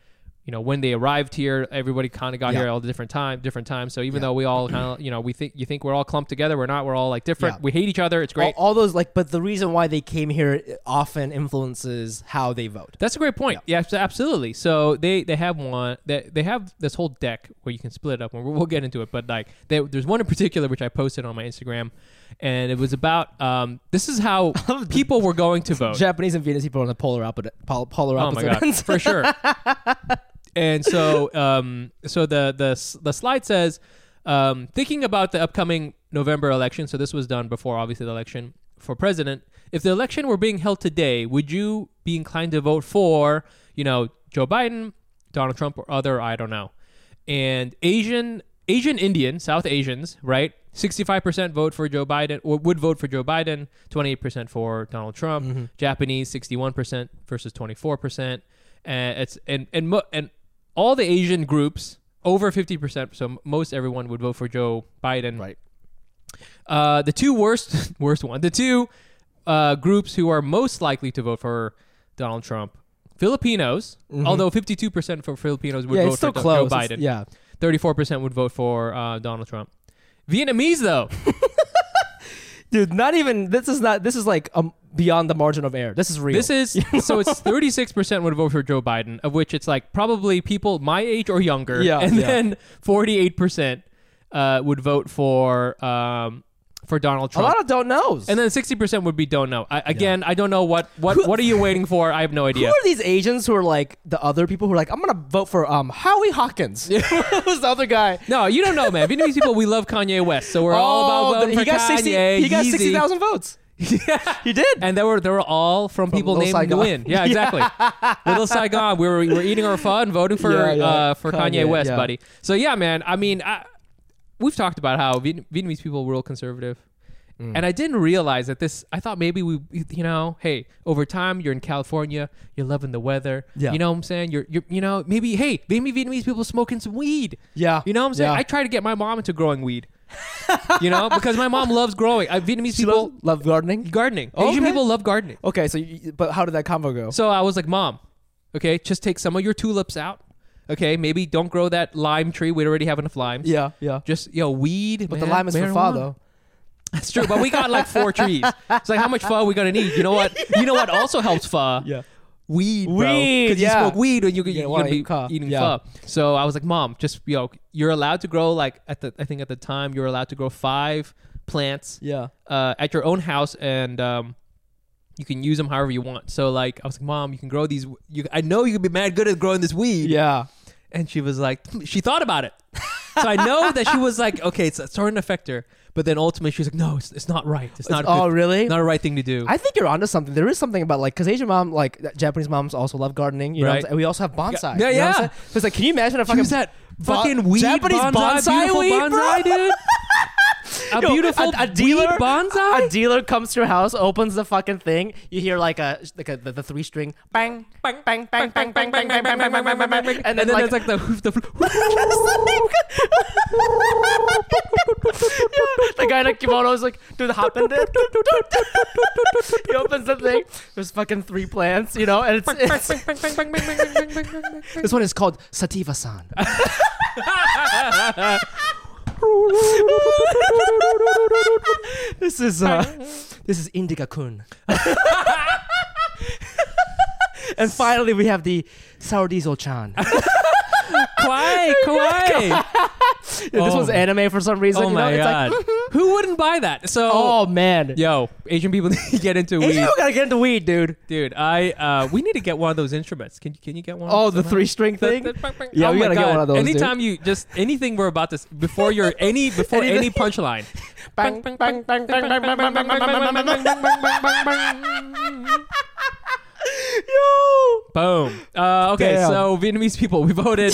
Speaker 3: you know, when they arrived here, everybody kind of got here all the different time, different times. So even though we all kind of, you know, we think you think we're all clumped together, we're not. We're all like different.
Speaker 1: Yeah.
Speaker 3: We hate each other. It's
Speaker 1: All,
Speaker 3: great.
Speaker 1: all those like, but the reason why they came here uh, often influences how they vote.
Speaker 3: That's a great point. Yeah, abso- absolutely. So they they have one that they have this whole deck where you can split it up, and we'll, we'll get into it. But like, they, there's one in particular which I posted on my Instagram, and it was about um, this is how people were going to vote.
Speaker 1: Japanese and Vietnamese people are on the polar opposite. Pol- polar
Speaker 3: Oh my
Speaker 1: opposite
Speaker 3: god,
Speaker 1: ends.
Speaker 3: for sure. and so, um, so the the s- the slide says, um, thinking about the upcoming November election. So this was done before, obviously, the election for president. If the election were being held today, would you be inclined to vote for, you know, Joe Biden, Donald Trump, or other? I don't know. And Asian Asian Indian, South Asians, right? 65% vote for Joe Biden or would vote for Joe Biden, 28% for Donald Trump,
Speaker 1: Mm-hmm.
Speaker 3: Japanese 61% versus 24%. And it's and and mo- and all the Asian groups over 50%, so m- most everyone would vote for Joe Biden.
Speaker 1: Right.
Speaker 3: Uh, the two worst worst one. The two uh, groups who are most likely to vote for Donald Trump. Filipinos, although 52% for Filipinos would
Speaker 1: Mm-hmm. Yeah,
Speaker 3: vote
Speaker 1: it's still
Speaker 3: for Do-
Speaker 1: close.
Speaker 3: Joe
Speaker 1: It's-
Speaker 3: Biden.
Speaker 1: yeah.
Speaker 3: 34% would vote for uh, Donald Trump. Vietnamese, though.
Speaker 1: Dude, not even. This is not. This is like um, beyond the margin of error. This is real.
Speaker 3: This is so it's 36% would vote for Joe Biden, of which it's like probably people my age or younger.
Speaker 1: Yeah,
Speaker 3: And
Speaker 1: yeah.
Speaker 3: then 48% uh, would vote for um, for Donald
Speaker 1: a
Speaker 3: Trump.
Speaker 1: lot of don't knows.
Speaker 3: and then 60% would be don't know. I, again, I don't know what what what are you waiting for? I have no
Speaker 1: Who
Speaker 3: idea.
Speaker 1: are these Asians who are like the other people who are like, I'm gonna vote for um Howie Hawkins? Who's the other guy?
Speaker 3: No, you don't know, man. Vietnamese people, we love Kanye West, so we're all about voting
Speaker 1: Oh, he
Speaker 3: for
Speaker 1: got
Speaker 3: Kanye.
Speaker 1: 60 he got
Speaker 3: Yeezy.
Speaker 1: sixty thousand votes. He did.
Speaker 3: And they were they were all from, people
Speaker 1: Little
Speaker 3: named
Speaker 1: Saigon.
Speaker 3: Nguyen. Yeah, exactly. Little Saigon. We were, we were eating our pho and voting for
Speaker 1: Yeah, yeah.
Speaker 3: Uh, for Kanye,
Speaker 1: Kanye,
Speaker 3: West,
Speaker 1: yeah.
Speaker 3: buddy. So yeah, man. I mean, I, we've talked about how Viet- Vietnamese people were real conservative,
Speaker 1: Mm.
Speaker 3: and I didn't realize that this. I thought maybe we, you know, hey, over time you're in California, you're loving the weather.
Speaker 1: Yeah.
Speaker 3: You know what I'm saying? You're you're you know maybe hey maybe Vietnamese people smoking some weed.
Speaker 1: Yeah.
Speaker 3: You know what I'm saying?
Speaker 1: Yeah.
Speaker 3: I try to get my mom into growing weed. you know, because my mom loves growing. I, Vietnamese
Speaker 1: She
Speaker 3: people
Speaker 1: loves- love gardening.
Speaker 3: gardening.
Speaker 1: Okay.
Speaker 3: Asian people love gardening.
Speaker 1: Okay, so you, but how did that convo go?
Speaker 3: So I was like, Mom, Okay, just take some of your tulips out. Okay, maybe don't grow that lime tree. We already have enough limes.
Speaker 1: Yeah, yeah.
Speaker 3: Just yo weed.
Speaker 1: But
Speaker 3: man,
Speaker 1: the lime is for fa
Speaker 3: marijuana.
Speaker 1: though.
Speaker 3: That's true, but we got like four trees. It's like how much pho we gonna need? You know what? You know what also helps pho?
Speaker 1: Yeah.
Speaker 3: Weed, bro.
Speaker 1: Weed,
Speaker 3: Because
Speaker 1: yeah.
Speaker 3: you smoke weed and you, you're,
Speaker 1: wanna
Speaker 3: gonna be
Speaker 1: eat pho,
Speaker 3: eating
Speaker 1: yeah.
Speaker 3: pho. So I was like, Mom, just yo, you're allowed to grow like at the I think at the time you were allowed to grow five plants
Speaker 1: Yeah.
Speaker 3: uh, at your own house and um, you can use them however you want. So like I was like, Mom, you can grow these. You, I know you can be mad good at growing this weed.
Speaker 1: Yeah.
Speaker 3: And she was like, "Mm, she thought about it. So I know that she was like, okay, it's starting to affect her. But then ultimately she was like, no, it's, it's not right. It's, not. a
Speaker 1: oh,
Speaker 3: good-
Speaker 1: really?
Speaker 3: Not a right thing to do.
Speaker 1: I think you're onto something. There is something about like because Asian mom, like that Japanese moms, also love gardening. You know, what I'm
Speaker 3: Right.
Speaker 1: saying? we also have bonsai.
Speaker 3: Yeah,
Speaker 1: you know what I'm
Speaker 3: yeah.
Speaker 1: saying? So it's like, can you imagine a
Speaker 3: She
Speaker 1: fucking
Speaker 3: was that
Speaker 1: bo-
Speaker 3: fucking weed
Speaker 1: Japanese
Speaker 3: bonsai, beautiful
Speaker 1: weed, bro?
Speaker 3: bonsai, dude. A
Speaker 1: Yo,
Speaker 3: beautiful
Speaker 1: a, a dealer
Speaker 3: weed bonsai.
Speaker 1: A dealer comes to your house, opens the fucking thing. You hear like a like a, the, the three string bang bang bang bang bang bang bang bang bang bang bang bang bang, bang, and then like.
Speaker 3: there's like the, the
Speaker 1: the guy in a kimono is like, dude, hop in there. he opens the thing. There's fucking three plants, you know, and it's, it's This one is called Sativa San. this is uh, this is Indica Kun. and finally, we have the Sour Diesel Chan.
Speaker 3: kawaii, kawaii.
Speaker 1: This
Speaker 3: Oh.
Speaker 1: was anime for some reason.
Speaker 3: Oh
Speaker 1: you know?
Speaker 3: my
Speaker 1: It's like,
Speaker 3: god, who wouldn't buy that? So,
Speaker 1: oh man,
Speaker 3: yo, Asian people need to get into
Speaker 1: Asian
Speaker 3: weed,
Speaker 1: people gotta get into weed, dude.
Speaker 3: dude. I uh, we need to get one of those instruments. Can you can you get one?
Speaker 1: Oh, the
Speaker 3: somehow?
Speaker 1: three string
Speaker 3: The-
Speaker 1: thing.
Speaker 3: the bang, bang.
Speaker 1: Yeah,
Speaker 3: Oh
Speaker 1: we
Speaker 3: my
Speaker 1: gotta get
Speaker 3: God.
Speaker 1: one of those. dude.
Speaker 3: Anytime you just anything we're about this before your any before any
Speaker 1: Anything.
Speaker 3: punchline.
Speaker 1: Bang, bang, bang, bang, bang, bang, bang, bang, bang, bang, bang, bang, bang, bang. Yo.
Speaker 3: Boom. Uh, okay,
Speaker 1: Damn.
Speaker 3: so Vietnamese people, we voted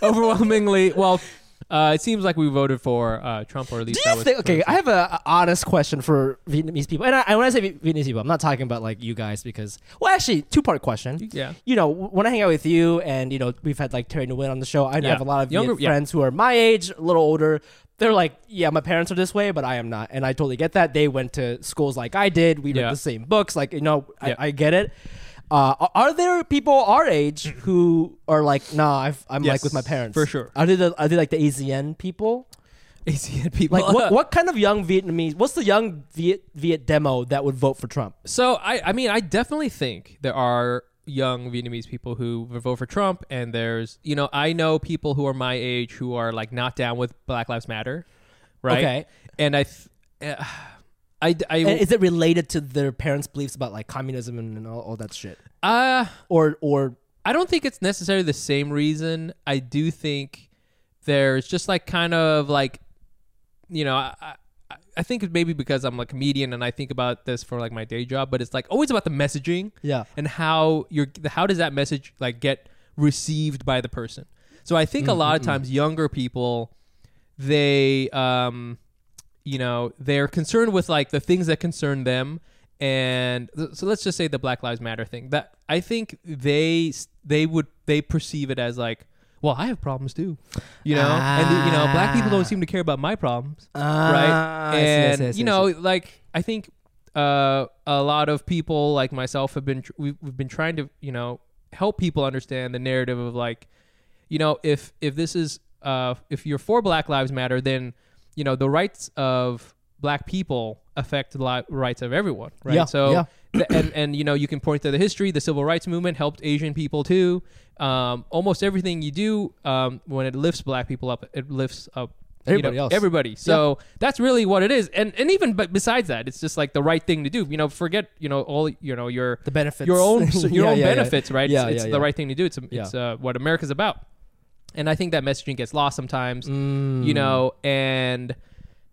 Speaker 3: overwhelmingly. Well, uh, it seems like we voted for uh, Trump, or at least
Speaker 1: Do
Speaker 3: that
Speaker 1: you
Speaker 3: was
Speaker 1: think? Okay,
Speaker 3: correct.
Speaker 1: I have a, a honest question for Vietnamese people, and I, I when I say Vi- Vietnamese people, I'm not talking about like you guys because, well, actually, two part question.
Speaker 3: Yeah.
Speaker 1: You know, w- when I hang out with you, and you know, we've had like Terry Nguyen on the show. I
Speaker 3: Yeah.
Speaker 1: have a lot of
Speaker 3: Younger-
Speaker 1: Viet
Speaker 3: yeah.
Speaker 1: friends who are my age, a little older. They're like, yeah, my parents are this way, but I am not, and I totally get that. They went to schools like I did. We
Speaker 3: Yeah.
Speaker 1: read the same books. Like, you know, I,
Speaker 3: Yeah.
Speaker 1: I get it. Uh, are- are there people our age who are like, nah, I've, I'm like
Speaker 3: Yes,
Speaker 1: with my parents
Speaker 3: for sure.
Speaker 1: Are they the, are they like the AZN people?
Speaker 3: ACN people.
Speaker 1: Like what, what kind of young Vietnamese? What's the young Viet Viet demo that would vote for Trump?
Speaker 3: So I, I mean, I definitely think there are young Vietnamese people who would vote for Trump, and there's, you know, I know people who are my age who are like not down with Black Lives Matter, right?
Speaker 1: Okay.
Speaker 3: And I, th- uh, I, I,
Speaker 1: And is it related to their parents' beliefs about like communism and all, all that shit?
Speaker 3: uh,
Speaker 1: Or or
Speaker 3: I don't think it's necessarily the same reason. I do think there's just like kind of like, you know, I, I, I think it's maybe because I'm a comedian and I think about this for like my day job, but it's like always about the messaging,
Speaker 1: Yeah.
Speaker 3: and how you're how does that message like get received by the person. So I think a lot of times younger people, they, um, you know, they're concerned with like the things that concern them, and so let's just say the Black Lives Matter thing. That I think they they would they perceive it as like, well, I have problems too, you know, and you know, black people don't seem to care about my problems,
Speaker 1: Ah, I
Speaker 3: right?
Speaker 1: see, I see, I
Speaker 3: And
Speaker 1: see, I see.
Speaker 3: you know, like I think uh, a lot of people like myself have been tr- we've, we've been trying to you know help people understand the narrative of like you know if if this is uh if you're for black lives matter then you know the rights of black people affect the li- rights of everyone right
Speaker 1: Yeah,
Speaker 3: so
Speaker 1: yeah.
Speaker 3: th- and and you know you can point to the history the civil rights movement helped asian people too um almost everything you do um when it lifts black people up it lifts up you know,
Speaker 1: Everybody else.
Speaker 3: everybody so that's really what it is and and even but besides that it's just like the right thing to do you know forget you know all you know your
Speaker 1: The benefits.
Speaker 3: your own your
Speaker 1: Yeah,
Speaker 3: own
Speaker 1: yeah, yeah.
Speaker 3: benefits right
Speaker 1: Yeah,
Speaker 3: it's, it's
Speaker 1: yeah,
Speaker 3: the
Speaker 1: yeah.
Speaker 3: right thing to do it's, it's uh, what america's about and I think that messaging gets lost sometimes, you
Speaker 1: Mm.
Speaker 3: know. And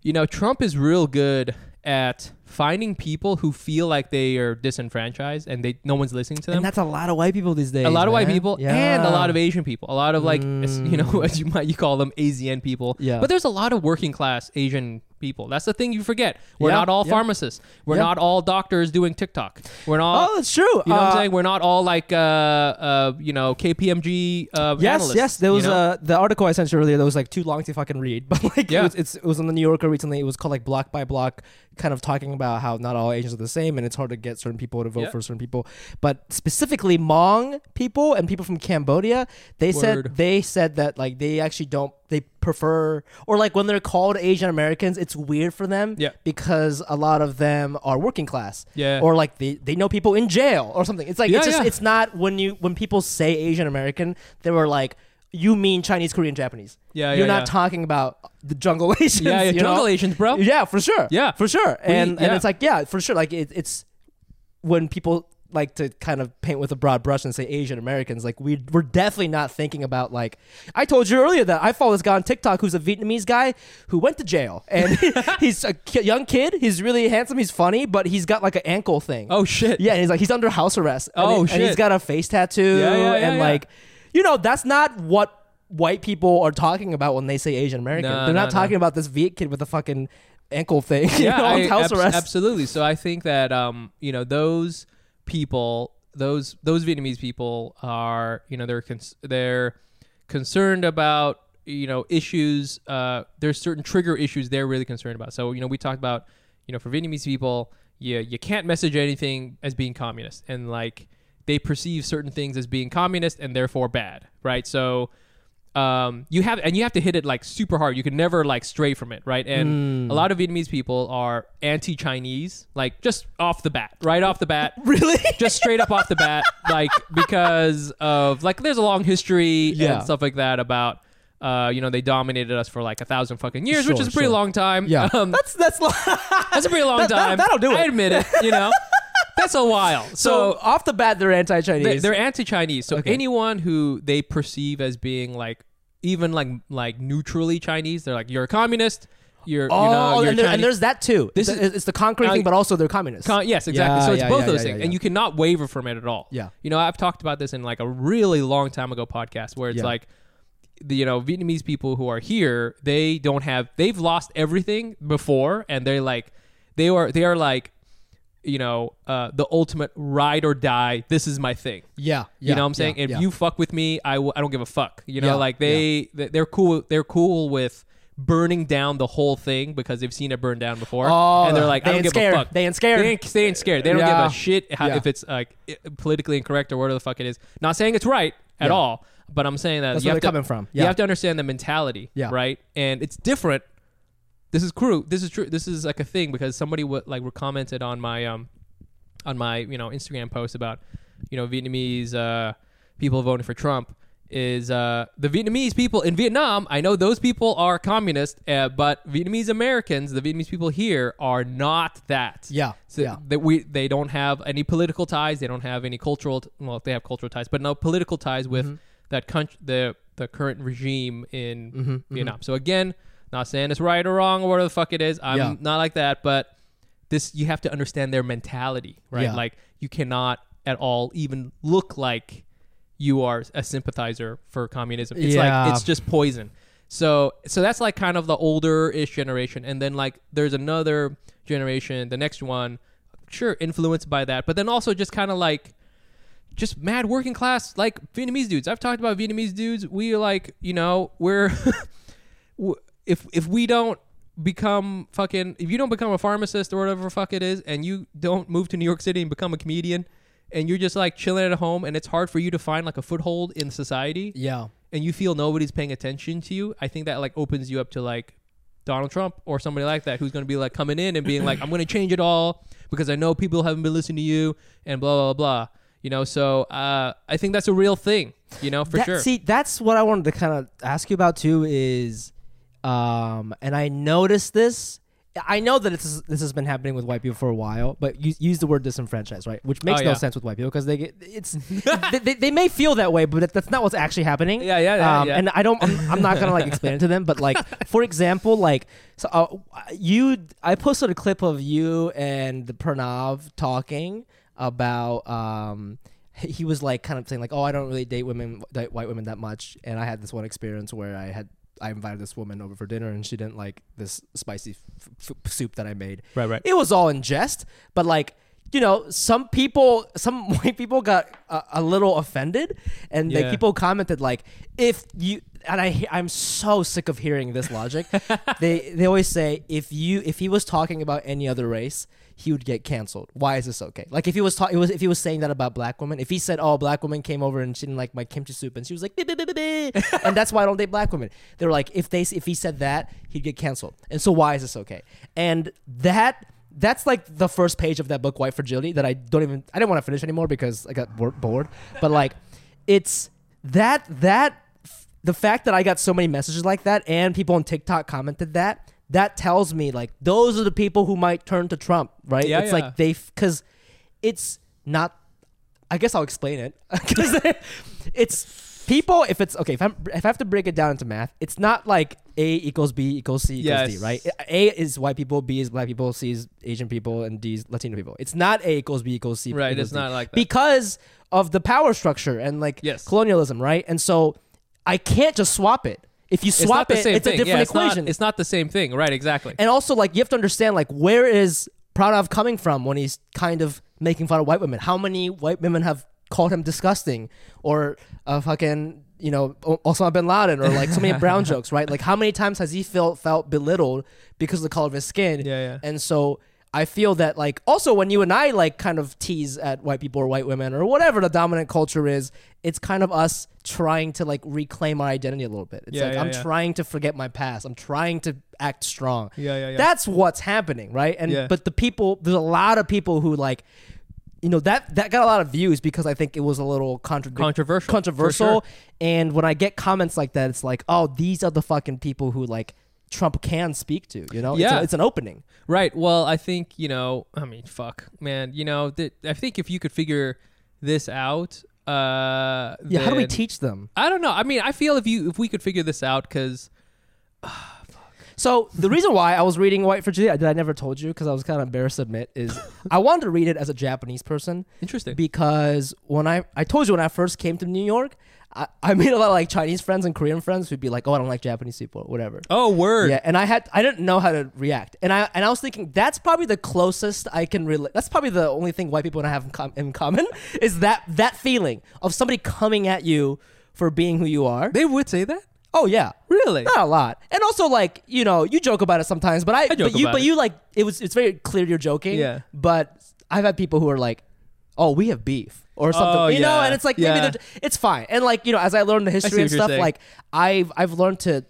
Speaker 3: you know, Trump is real good at finding people who feel like they are disenfranchised and they no one's listening to them.
Speaker 1: and that's a lot of white people these days.
Speaker 3: a lot of white
Speaker 1: man.
Speaker 3: people
Speaker 1: Yeah.
Speaker 3: and a lot of Asian people, a lot of like as- you know as you might you call them ASEAN people,
Speaker 1: Yeah.
Speaker 3: But there's a lot of working class Asian people. That's the thing you forget. We're
Speaker 1: Yeah,
Speaker 3: not all
Speaker 1: yeah.
Speaker 3: pharmacists. We're
Speaker 1: Yeah.
Speaker 3: not all doctors doing TikTok. We're not.
Speaker 1: Oh, that's true.
Speaker 3: You know what
Speaker 1: Uh,
Speaker 3: I'm saying? We're not all like, uh, uh, you know, KPMG uh,
Speaker 1: Yes,
Speaker 3: analysts.
Speaker 1: yes. There
Speaker 3: you
Speaker 1: was
Speaker 3: know?
Speaker 1: uh, the article I sent you earlier that was like too long to fucking read, but like
Speaker 3: Yeah.
Speaker 1: it, was, it's, it was on the New Yorker recently. It was called like block by block, kind of talking about how not all Asians are the same, and it's hard to get certain people to vote
Speaker 3: Yeah.
Speaker 1: for certain people. But specifically, Hmong people and people from Cambodia, they
Speaker 3: Word.
Speaker 1: said they said that like they actually don't they prefer or like when they're called Asian Americans, it's weird for them
Speaker 3: Yeah.
Speaker 1: because a lot of them are working class,
Speaker 3: Yeah.
Speaker 1: or like they they know people in jail or something. It's like
Speaker 3: Yeah,
Speaker 1: it's just
Speaker 3: yeah.
Speaker 1: it's not when you when people say Asian American, they were like, "You mean Chinese, Korean, Japanese?
Speaker 3: Yeah,
Speaker 1: You're
Speaker 3: yeah,
Speaker 1: not
Speaker 3: yeah.
Speaker 1: talking about the jungle Asians.
Speaker 3: yeah,
Speaker 1: you know?
Speaker 3: jungle Asians, bro.
Speaker 1: Yeah, for sure.
Speaker 3: Yeah.
Speaker 1: for sure.
Speaker 3: We-
Speaker 1: And and
Speaker 3: yeah.
Speaker 1: it's like yeah, for sure. Like it, it's when people like to kind of paint with a broad brush and say Asian Americans. Like we we're definitely not thinking about like I told you earlier that I follow this guy on TikTok who's a Vietnamese guy who went to jail and he's a ki- young kid. He's really handsome. He's funny, but he's got like an ankle thing.
Speaker 3: Oh shit.
Speaker 1: Yeah, and he's like he's under house arrest. And
Speaker 3: Oh,
Speaker 1: he- And he's
Speaker 3: shit.
Speaker 1: got a face tattoo.
Speaker 3: Yeah, yeah, yeah,
Speaker 1: and
Speaker 3: yeah.
Speaker 1: like, you know, that's not what white people are talking about when they say Asian American.
Speaker 3: No,
Speaker 1: They're
Speaker 3: no,
Speaker 1: not
Speaker 3: no.
Speaker 1: talking about this Viet kid with a fucking ankle thing. you
Speaker 3: yeah,
Speaker 1: know,
Speaker 3: I-
Speaker 1: on house
Speaker 3: abs-
Speaker 1: arrest.
Speaker 3: Absolutely. So I think that um, you know, those people, those those Vietnamese people are, you know, they're cons- they're concerned about you know issues. Uh, there's certain trigger issues they're really concerned about. So you know, we talked about you know for Vietnamese people, you you can't message anything as being communist, and like they perceive certain things as being communist and therefore bad, right? So um, you have and you have to hit it like super hard. You can never like stray from it, right? And
Speaker 1: Hmm.
Speaker 3: a lot of Vietnamese people are anti-Chinese, like just off the bat, right off the bat.
Speaker 1: Really?
Speaker 3: just straight up off the bat, like because of like there's a long history
Speaker 1: Yeah.
Speaker 3: and stuff like that about. Uh, you know they dominated us for like a thousand fucking years, which
Speaker 1: Sure,
Speaker 3: is a pretty
Speaker 1: sure.
Speaker 3: long time.
Speaker 1: yeah,
Speaker 3: um,
Speaker 1: that's that's. Like,
Speaker 3: that's a pretty long
Speaker 1: that- that-
Speaker 3: time.
Speaker 1: that'll do
Speaker 3: I
Speaker 1: it.
Speaker 3: admit it. You know, that's a while.
Speaker 1: so,
Speaker 3: So,
Speaker 1: off the bat, they're
Speaker 3: they,
Speaker 1: anti-Chinese.
Speaker 3: they're anti-Chinese. So anyone who they perceive as being like even like like neutrally Chinese, they're like you're a communist. You're
Speaker 1: oh,
Speaker 3: you know you're
Speaker 1: and, there- and
Speaker 3: Chinese."
Speaker 1: there's that too.
Speaker 3: This
Speaker 1: This
Speaker 3: is-
Speaker 1: is it's the concrete
Speaker 3: Uh,
Speaker 1: thing, but also they're communists.
Speaker 3: Con- yes, exactly.
Speaker 1: Yeah,
Speaker 3: so it's
Speaker 1: yeah,
Speaker 3: both
Speaker 1: yeah,
Speaker 3: those
Speaker 1: yeah,
Speaker 3: things,
Speaker 1: yeah,
Speaker 3: and
Speaker 1: yeah.
Speaker 3: you cannot waver from it at all.
Speaker 1: Yeah.
Speaker 3: You know, I've talked about this in like a really long time ago podcast where it's
Speaker 1: Yeah.
Speaker 3: like, the, you know, Vietnamese people who are here, they don't have, they've lost everything before, and they're like, they are, they are like, you know, uh, the ultimate ride or die. This is my thing.
Speaker 1: yeah,
Speaker 3: you know what I'm saying? if you fuck with me, I w- I don't give a fuck. You know,
Speaker 1: Yeah,
Speaker 3: like they th- they're cool. They're cool with burning down the whole thing because they've seen it burn down before.
Speaker 1: Oh,
Speaker 3: and they're like,
Speaker 1: they
Speaker 3: I don't
Speaker 1: ain't
Speaker 3: give
Speaker 1: scared.
Speaker 3: a fuck.
Speaker 1: They ain't scared.
Speaker 3: They ain't, they ain't scared. They don't
Speaker 1: Yeah.
Speaker 3: give a shit how,
Speaker 1: Yeah.
Speaker 3: if it's like i- politically incorrect or whatever the fuck it is. Not saying it's right at
Speaker 1: Yeah.
Speaker 3: all, but I'm saying that
Speaker 1: That's
Speaker 3: you
Speaker 1: where
Speaker 3: have
Speaker 1: they're
Speaker 3: to-
Speaker 1: coming from.
Speaker 3: You
Speaker 1: Yeah.
Speaker 3: have to understand the mentality,
Speaker 1: Yeah.
Speaker 3: right? And it's different this is true. This is true. This is like a thing because somebody w- like were commented on my um on my you know Instagram post about you know Vietnamese uh, people voting for Trump is uh, the Vietnamese people in Vietnam. I know those people are communist, uh, but Vietnamese Americans, the Vietnamese people here, are not that.
Speaker 1: Yeah,
Speaker 3: So
Speaker 1: yeah.
Speaker 3: That we they don't have any political ties. They don't have any cultural. t- Well, they have cultural ties, but no political ties with
Speaker 1: Mm-hmm.
Speaker 3: that country. The the current regime in
Speaker 1: Mm-hmm,
Speaker 3: Vietnam. So again, not saying it's right or wrong or whatever the fuck it is. I'm
Speaker 1: Yeah.
Speaker 3: not like that, but this you have to understand their mentality, right?
Speaker 1: Yeah.
Speaker 3: Like you cannot at all even look like you are a sympathizer for communism. It's
Speaker 1: Yeah.
Speaker 3: like it's just poison. So so that's like kind of the older ish generation, and then like there's another generation, the next one, sure influenced by that, but then also just kind of like just mad working class like Vietnamese dudes. I've talked about Vietnamese dudes. We are like you know we're w- if if we don't become fucking if you don't become a pharmacist or whatever fuck it is and you don't move to New York City and become a comedian and you're just like chilling at home and it's hard for you to find like a foothold in society
Speaker 1: yeah,
Speaker 3: and you feel nobody's paying attention to you, I think that like opens you up to like Donald Trump or somebody like that who's going to be like coming in and being like, I'm going to change it all because I know people haven't been listening to you and blah, blah, blah. You know, so uh, I think that's a real thing, you know, for
Speaker 1: That-
Speaker 3: sure.
Speaker 1: See, that's what I wanted to kind of ask you about too. Is, um, and I noticed this. I know that this is, this has been happening with white people for a while, but you use the word disenfranchised, right? Which makes
Speaker 3: Oh,
Speaker 1: no
Speaker 3: yeah.
Speaker 1: sense with white people because they get it's they, they, they may feel that way, but that, that's not what's actually happening.
Speaker 3: Yeah, yeah, yeah,
Speaker 1: Um,
Speaker 3: yeah.
Speaker 1: And I don't. I'm, I'm not gonna like explain it to them, but like for example, like so uh, you, I posted a clip of you and Pranav talking about um he he was like kind of saying like oh I don't really date women date white women that much, and I had this one experience where I had I invited this woman over for dinner and she didn't like this spicy f- f- soup that I made.
Speaker 3: Right, right.
Speaker 1: It was all in jest, but like you know, some people, some white people got a, a little offended, and
Speaker 3: Yeah.
Speaker 1: the people commented like, "If you." And I, he- I'm so sick of hearing this logic. they, they always say if you, if he was talking about any other race, he would get canceled. Why is this okay? Like if he was talking, was if he was saying that about black women, if he said, "Oh, black woman came over and she didn't like my kimchi soup," and she was like, "Bee, bee, bee, bee, bee," and that's why I don't date black women. They were like, if they, s- if he said that, he'd get canceled. And so why is this okay? And that, that's like the first page of that book, White Fragility, that I don't even, I didn't want to finish anymore because I got bored. bored. But like, it's that that the fact that I got so many messages like that and people on TikTok commented that that tells me like those are the people who might turn to Trump, right?
Speaker 3: Yeah,
Speaker 1: it's
Speaker 3: yeah.
Speaker 1: like they because it's not. I guess I'll explain it 'Cause it's people. If it's okay, if I'm if I have to break it down into math, it's not like A equals B equals C equals D,
Speaker 3: Yes.
Speaker 1: right? A is white people, B is black people, C is Asian people, and D is Latino people. It's not A equals B equals C.
Speaker 3: Right,
Speaker 1: equals
Speaker 3: it's
Speaker 1: D.
Speaker 3: not like that.
Speaker 1: because of the power structure and like
Speaker 3: Yes.
Speaker 1: colonialism, right? And so I can't just swap it. If you
Speaker 3: It's
Speaker 1: swap
Speaker 3: not the
Speaker 1: it,
Speaker 3: same
Speaker 1: it's
Speaker 3: thing.
Speaker 1: a different
Speaker 3: yeah, it's
Speaker 1: equation.
Speaker 3: Not, it's not the same thing. Right, exactly.
Speaker 1: and also, like, you have to understand, like, where is Pranav coming from when he's kind of making fun of white women? How many white women have called him disgusting or uh, fucking, you know, O- Osama bin Laden or like so many brown jokes, right? Like, how many times has he felt felt belittled because of the color of his skin?
Speaker 3: Yeah, yeah.
Speaker 1: And so I feel that like also when you and I like kind of tease at white people or white women or whatever the dominant culture is, it's kind of us trying to like reclaim our identity a little bit. It's
Speaker 3: Yeah,
Speaker 1: like
Speaker 3: yeah,
Speaker 1: I'm
Speaker 3: yeah.
Speaker 1: trying to forget my past. I'm trying to act strong.
Speaker 3: Yeah, yeah, yeah.
Speaker 1: That's what's happening, right? And
Speaker 3: Yeah.
Speaker 1: but the people there's a lot of people who like you know that that got a lot of views because I think it was a little contradic-
Speaker 3: Controversial, for sure.
Speaker 1: Controversial. And when I get comments like that, it's like, oh, these are the fucking people who like Trump can speak to. You know, it's,
Speaker 3: Yeah.
Speaker 1: a, it's an opening.
Speaker 3: Right. Well, I think you know. I mean, fuck, man. You know, th- I think if you could figure this out, uh,
Speaker 1: Yeah, how do we
Speaker 3: then-
Speaker 1: teach them?
Speaker 3: I don't know. I mean, I feel if you if we could figure this out, because
Speaker 1: So the reason why I was reading White Fragility that I never told you because I was kind of embarrassed to admit is I wanted to read it as a Japanese person
Speaker 3: interesting.
Speaker 1: because when I I told you when I first came to New York, I, I made a lot of like Chinese friends and Korean friends who'd be like, oh, I don't like Japanese people, whatever.
Speaker 3: oh, word.
Speaker 1: Yeah, and I had I didn't know how to react, and I and I was thinking that's probably the closest I can relate. That's probably the only thing white people and I have in, com- in common is that that feeling of somebody coming at you for being who you are.
Speaker 3: They would say that.
Speaker 1: Oh yeah,
Speaker 3: Really?
Speaker 1: not a lot. And also like you know you joke about it sometimes, but I,
Speaker 3: joke
Speaker 1: but you
Speaker 3: about
Speaker 1: but
Speaker 3: it.
Speaker 1: you like it was it's very clear you're joking.
Speaker 3: Yeah.
Speaker 1: But I've had people who are like, oh we have beef or something,
Speaker 3: Oh,
Speaker 1: you know,
Speaker 3: yeah.
Speaker 1: and it's like
Speaker 3: Yeah.
Speaker 1: maybe they're- it's fine. And like you know as I learned the
Speaker 3: what
Speaker 1: history and
Speaker 3: you're
Speaker 1: stuff,
Speaker 3: saying.
Speaker 1: like I've I've learned to.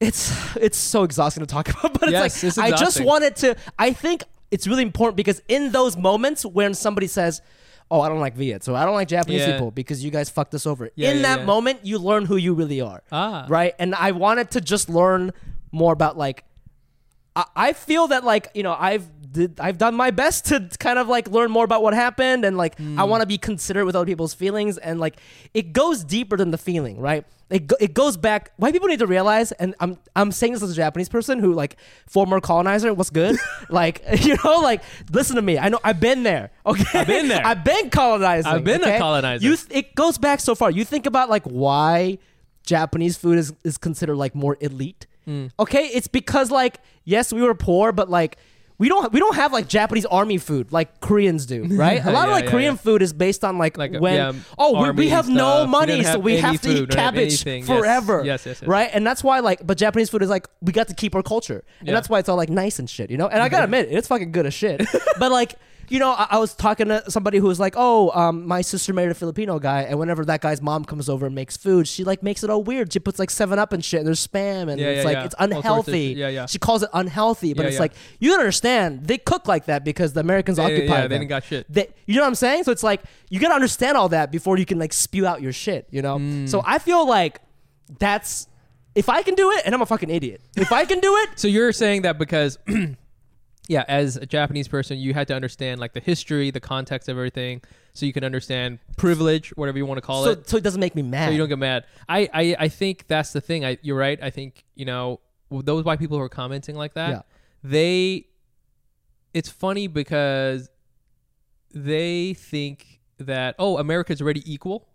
Speaker 1: It's it's so exhausting to talk about, but it's
Speaker 3: Yes,
Speaker 1: like
Speaker 3: it's
Speaker 1: I just
Speaker 3: exhausting.
Speaker 1: wanted to. I think it's really important because in those moments when somebody says, "Oh, I don't like Viet," so I don't like Japanese
Speaker 3: Yeah.
Speaker 1: people because you guys fucked us over.
Speaker 3: Yeah,
Speaker 1: in
Speaker 3: yeah,
Speaker 1: that
Speaker 3: yeah.
Speaker 1: moment, you learn who you really are
Speaker 3: Ah.
Speaker 1: right and i wanted to just learn more about like i, I feel that like you know i've did, i've done my best to kind of like learn more about what happened and like
Speaker 3: Hmm.
Speaker 1: i want to be considerate with other people's feelings and like it goes deeper than the feeling right it, go, it goes back why people need to realize and i'm i'm saying this as a japanese person who like former colonizer what's good like you know like listen to me i know i've been there okay i've
Speaker 3: been there.
Speaker 1: i've been colonizing
Speaker 3: I've been a
Speaker 1: okay?
Speaker 3: colonizer.
Speaker 1: you th- it goes back so far. You think about like why Japanese food is, is considered like more elite.
Speaker 3: Mm.
Speaker 1: Okay, it's because like yes, we were poor, but like we don't we don't have like Japanese army food like Koreans do, right? A lot
Speaker 3: Yeah,
Speaker 1: of like
Speaker 3: yeah,
Speaker 1: Korean
Speaker 3: yeah.
Speaker 1: food is based on like,
Speaker 3: Like,
Speaker 1: when
Speaker 3: yeah,
Speaker 1: oh we,
Speaker 3: army
Speaker 1: we have no
Speaker 3: stuff. We
Speaker 1: money,
Speaker 3: don't
Speaker 1: so
Speaker 3: have
Speaker 1: we
Speaker 3: any
Speaker 1: have to
Speaker 3: food,
Speaker 1: eat
Speaker 3: don't have
Speaker 1: cabbage
Speaker 3: anything. Yes.
Speaker 1: forever,
Speaker 3: Yes, yes, yes.
Speaker 1: right? And that's why like but Japanese food is like we got to keep our culture, and
Speaker 3: Yeah.
Speaker 1: that's why it's all like nice and shit, you know. And I gotta admit, it's fucking good as shit, but like. You know, I, I was talking to somebody who was like, "Oh, um, my sister married a Filipino guy, and whenever that guy's mom comes over and makes food, she like makes it all weird. She puts like Seven Up and shit, and there's spam, and
Speaker 3: Yeah,
Speaker 1: it's
Speaker 3: yeah,
Speaker 1: like
Speaker 3: yeah.
Speaker 1: it's
Speaker 3: All sorts of
Speaker 1: unhealthy.
Speaker 3: shit. Yeah, yeah.
Speaker 1: She calls it unhealthy, but
Speaker 3: Yeah,
Speaker 1: it's
Speaker 3: yeah.
Speaker 1: like you don't understand. They cook like that because the Americans
Speaker 3: They-
Speaker 1: occupied.
Speaker 3: yeah, they
Speaker 1: them.
Speaker 3: didn't got shit.
Speaker 1: They- you know what I'm saying? So it's like you gotta understand all that before you can like spew out your shit. You know.
Speaker 3: Mm.
Speaker 1: So I feel like that's if I can do it, and I'm a fucking idiot. If I can do it,
Speaker 3: So you're saying that because, yeah, as a Japanese person, you had to understand like the history, the context of everything, so you can understand privilege, whatever you want to call
Speaker 1: so,
Speaker 3: it.
Speaker 1: so it doesn't make me mad.
Speaker 3: So you don't get mad. I, I, I think that's the thing. I, you're right. I think you know those white people who are commenting like that.
Speaker 1: Yeah.
Speaker 3: They, it's funny because they think that oh America's already equal,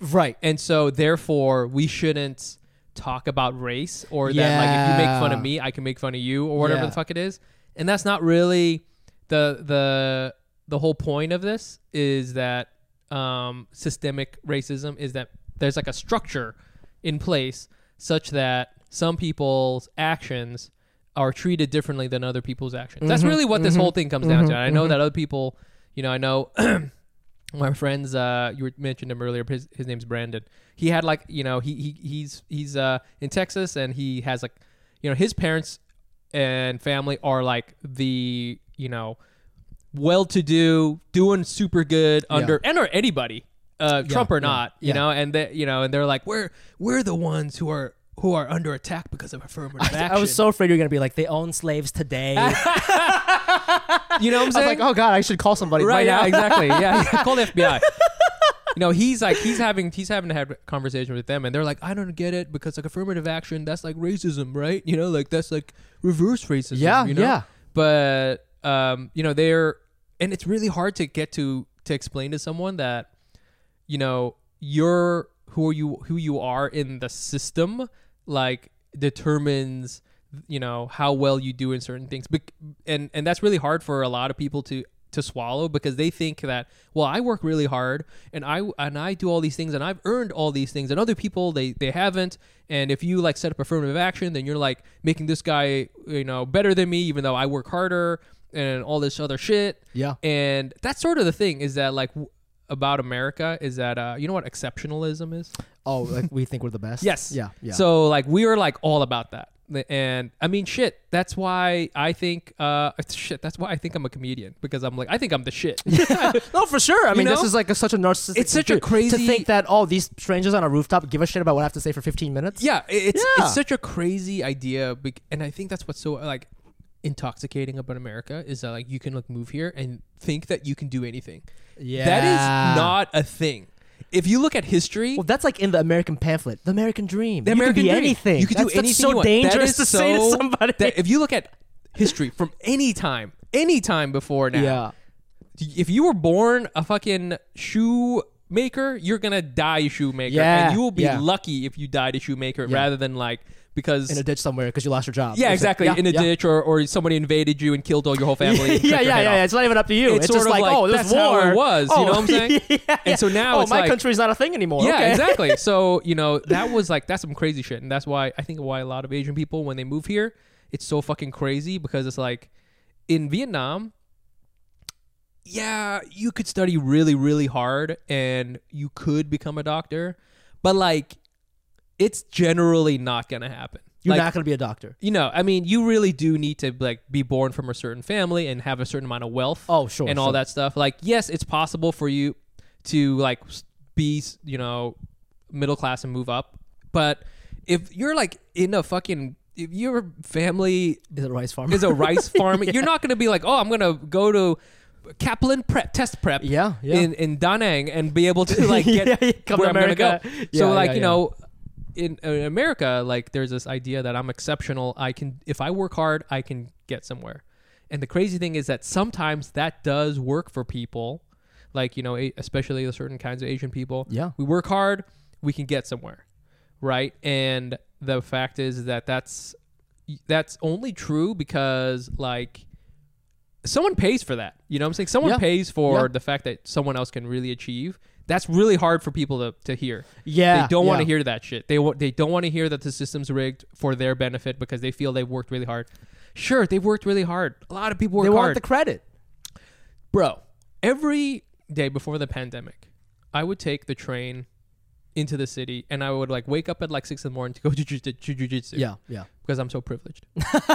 Speaker 1: right.
Speaker 3: and so therefore we shouldn't talk about race or that like if you make fun of
Speaker 1: Yeah.
Speaker 3: me, I can make fun of you or whatever
Speaker 1: Yeah.
Speaker 3: the fuck it is. And that's not really the the the whole point of this is that um, systemic racism is that there's like a structure in place such that some people's actions are treated differently than other people's actions.
Speaker 1: Mm-hmm.
Speaker 3: That's really what this whole thing comes down to. And I know that other people, you know, I know my friends uh you were- mentioned him earlier but his, his name's brandon he had like you know he, he he's he's uh in texas and he has like you know his parents and family are like the you know well-to-do doing super good under and or anybody uh trump or not you
Speaker 1: yeah.
Speaker 3: know and they you know and they're like we're we're the ones who are who are under attack because of affirmative action
Speaker 1: I was so afraid you were gonna be like they own slaves today. I
Speaker 3: you know what i'm
Speaker 1: was
Speaker 3: saying
Speaker 1: like, oh god, I should call somebody right,
Speaker 3: right
Speaker 1: now.
Speaker 3: yeah, exactly yeah, yeah. call the fbi you know he's like he's having he's having to have a conversation with them and they're like i don't get it because like affirmative action that's like racism right you know like that's like reverse racism
Speaker 1: Yeah,
Speaker 3: you know?
Speaker 1: yeah.
Speaker 3: but um you know they're and it's really hard to get to to explain to someone that you know your who are you who you are in the system like determines you know how well you do in certain things Bec- and and that's really hard for a lot of people to to swallow because they think that well I work really hard and I and I do all these things and I've earned all these things and other people they they haven't and if you like set up affirmative action then you're like making this guy you know better than me even though I work harder and all this other shit
Speaker 1: Yeah.
Speaker 3: and that's sort of the thing is that like w- about America is that uh, you know what exceptionalism is?
Speaker 1: Oh, like we think we're the best. Yeah. Yeah.
Speaker 3: So like we are like all about that, and I mean shit. That's why I think uh shit. That's why I think I'm a comedian because I'm like I think I'm the shit.
Speaker 1: no, for sure. I mean,
Speaker 3: know?
Speaker 1: this is like a, such a narcissistic.
Speaker 3: It's such a
Speaker 1: thing to
Speaker 3: crazy-
Speaker 1: think that oh, these strangers on a rooftop give a shit about what I have to say for 15 minutes.
Speaker 3: Yeah, i- it's
Speaker 1: Yeah.
Speaker 3: it's such a crazy idea, bec- and I think that's what's so like intoxicating about America is that like you can like move here and think that you can do anything. that
Speaker 1: Yeah.
Speaker 3: is not a thing. If you look at history,
Speaker 1: Well, that's like in the American pamphlet, the American dream.
Speaker 3: The
Speaker 1: you
Speaker 3: American
Speaker 1: could be
Speaker 3: dream.
Speaker 1: anything.
Speaker 3: You could
Speaker 1: that's,
Speaker 3: do anything.
Speaker 1: That's so
Speaker 3: you want. That
Speaker 1: dangerous
Speaker 3: is
Speaker 1: to say to
Speaker 3: so-
Speaker 1: somebody.
Speaker 3: that- if you look at history from any time, any time before now,
Speaker 1: yeah.
Speaker 3: if you were born a fucking shoemaker, you're gonna die a shoemaker,
Speaker 1: Yeah,
Speaker 3: and you will be
Speaker 1: yeah.
Speaker 3: lucky if you died a shoemaker rather than like because
Speaker 1: In a ditch somewhere because you lost your job.
Speaker 3: yeah,
Speaker 1: It's like,
Speaker 3: exactly.
Speaker 1: yeah,
Speaker 3: in a
Speaker 1: yeah.
Speaker 3: ditch, or, or somebody invaded you and killed all your whole family. and
Speaker 1: yeah,
Speaker 3: cut your
Speaker 1: yeah,
Speaker 3: head
Speaker 1: yeah,
Speaker 3: off.
Speaker 1: yeah. It's not even up to you. It's,
Speaker 3: It's sort
Speaker 1: just
Speaker 3: of
Speaker 1: like,
Speaker 3: like,
Speaker 1: oh, this
Speaker 3: that's how
Speaker 1: war
Speaker 3: it was, you
Speaker 1: Oh,
Speaker 3: know what I'm saying?
Speaker 1: yeah, yeah.
Speaker 3: And so now
Speaker 1: oh,
Speaker 3: it's
Speaker 1: my
Speaker 3: like-
Speaker 1: country's not a thing anymore.
Speaker 3: Yeah,
Speaker 1: okay.
Speaker 3: exactly. So you know that was like that's some crazy shit, and that's why I think why a lot of Asian people when they move here, it's so fucking crazy because it's like in Vietnam, yeah, you could study really really hard and you could become a doctor, but like it's generally not gonna happen.
Speaker 1: You're
Speaker 3: Like,
Speaker 1: not gonna be a doctor.
Speaker 3: you know, I mean, you really do need to like be born from a certain family and have a certain amount of wealth.
Speaker 1: Oh, sure,
Speaker 3: and all
Speaker 1: sure.
Speaker 3: that stuff. Like, yes, it's possible for you to like s- be, s- you know, middle class and move up, but if you're like in a fucking if your family
Speaker 1: Is it a rice farm?
Speaker 3: is a rice farm, you're not going to be like, oh, I'm going to go to Kaplan prep test prep
Speaker 1: Yeah, yeah.
Speaker 3: in in Danang and be able to like get
Speaker 1: Yeah, yeah, come
Speaker 3: where
Speaker 1: to
Speaker 3: I'm going to go.
Speaker 1: America.
Speaker 3: so
Speaker 1: Yeah,
Speaker 3: like
Speaker 1: yeah,
Speaker 3: you
Speaker 1: yeah.
Speaker 3: know, in, in America, like there's this idea that I'm exceptional. I can if I work hard, I can get somewhere. And the crazy thing is that sometimes that does work for people, like you know, a- especially the certain kinds of Asian people.
Speaker 1: Yeah.
Speaker 3: we work hard, we can get somewhere, right? And the fact is that that's that's only true because like someone pays for that. You know what I'm saying? Someone
Speaker 1: Yeah.
Speaker 3: pays for
Speaker 1: Yeah.
Speaker 3: the fact that someone else can really achieve. That's really hard for people to, to hear.
Speaker 1: Yeah,
Speaker 3: They don't want to
Speaker 1: yeah.
Speaker 3: hear that shit. They wa- they don't want to hear that the system's rigged for their benefit because they feel they've worked really hard. Sure, they've worked really hard. A lot of people work
Speaker 1: they want
Speaker 3: hard.
Speaker 1: the credit.
Speaker 3: Bro, every day before the pandemic, I would take the train into the city and I would like wake up at like six in the morning to go to jiu- to jujitsu
Speaker 1: Yeah, yeah.
Speaker 3: because I'm so privileged,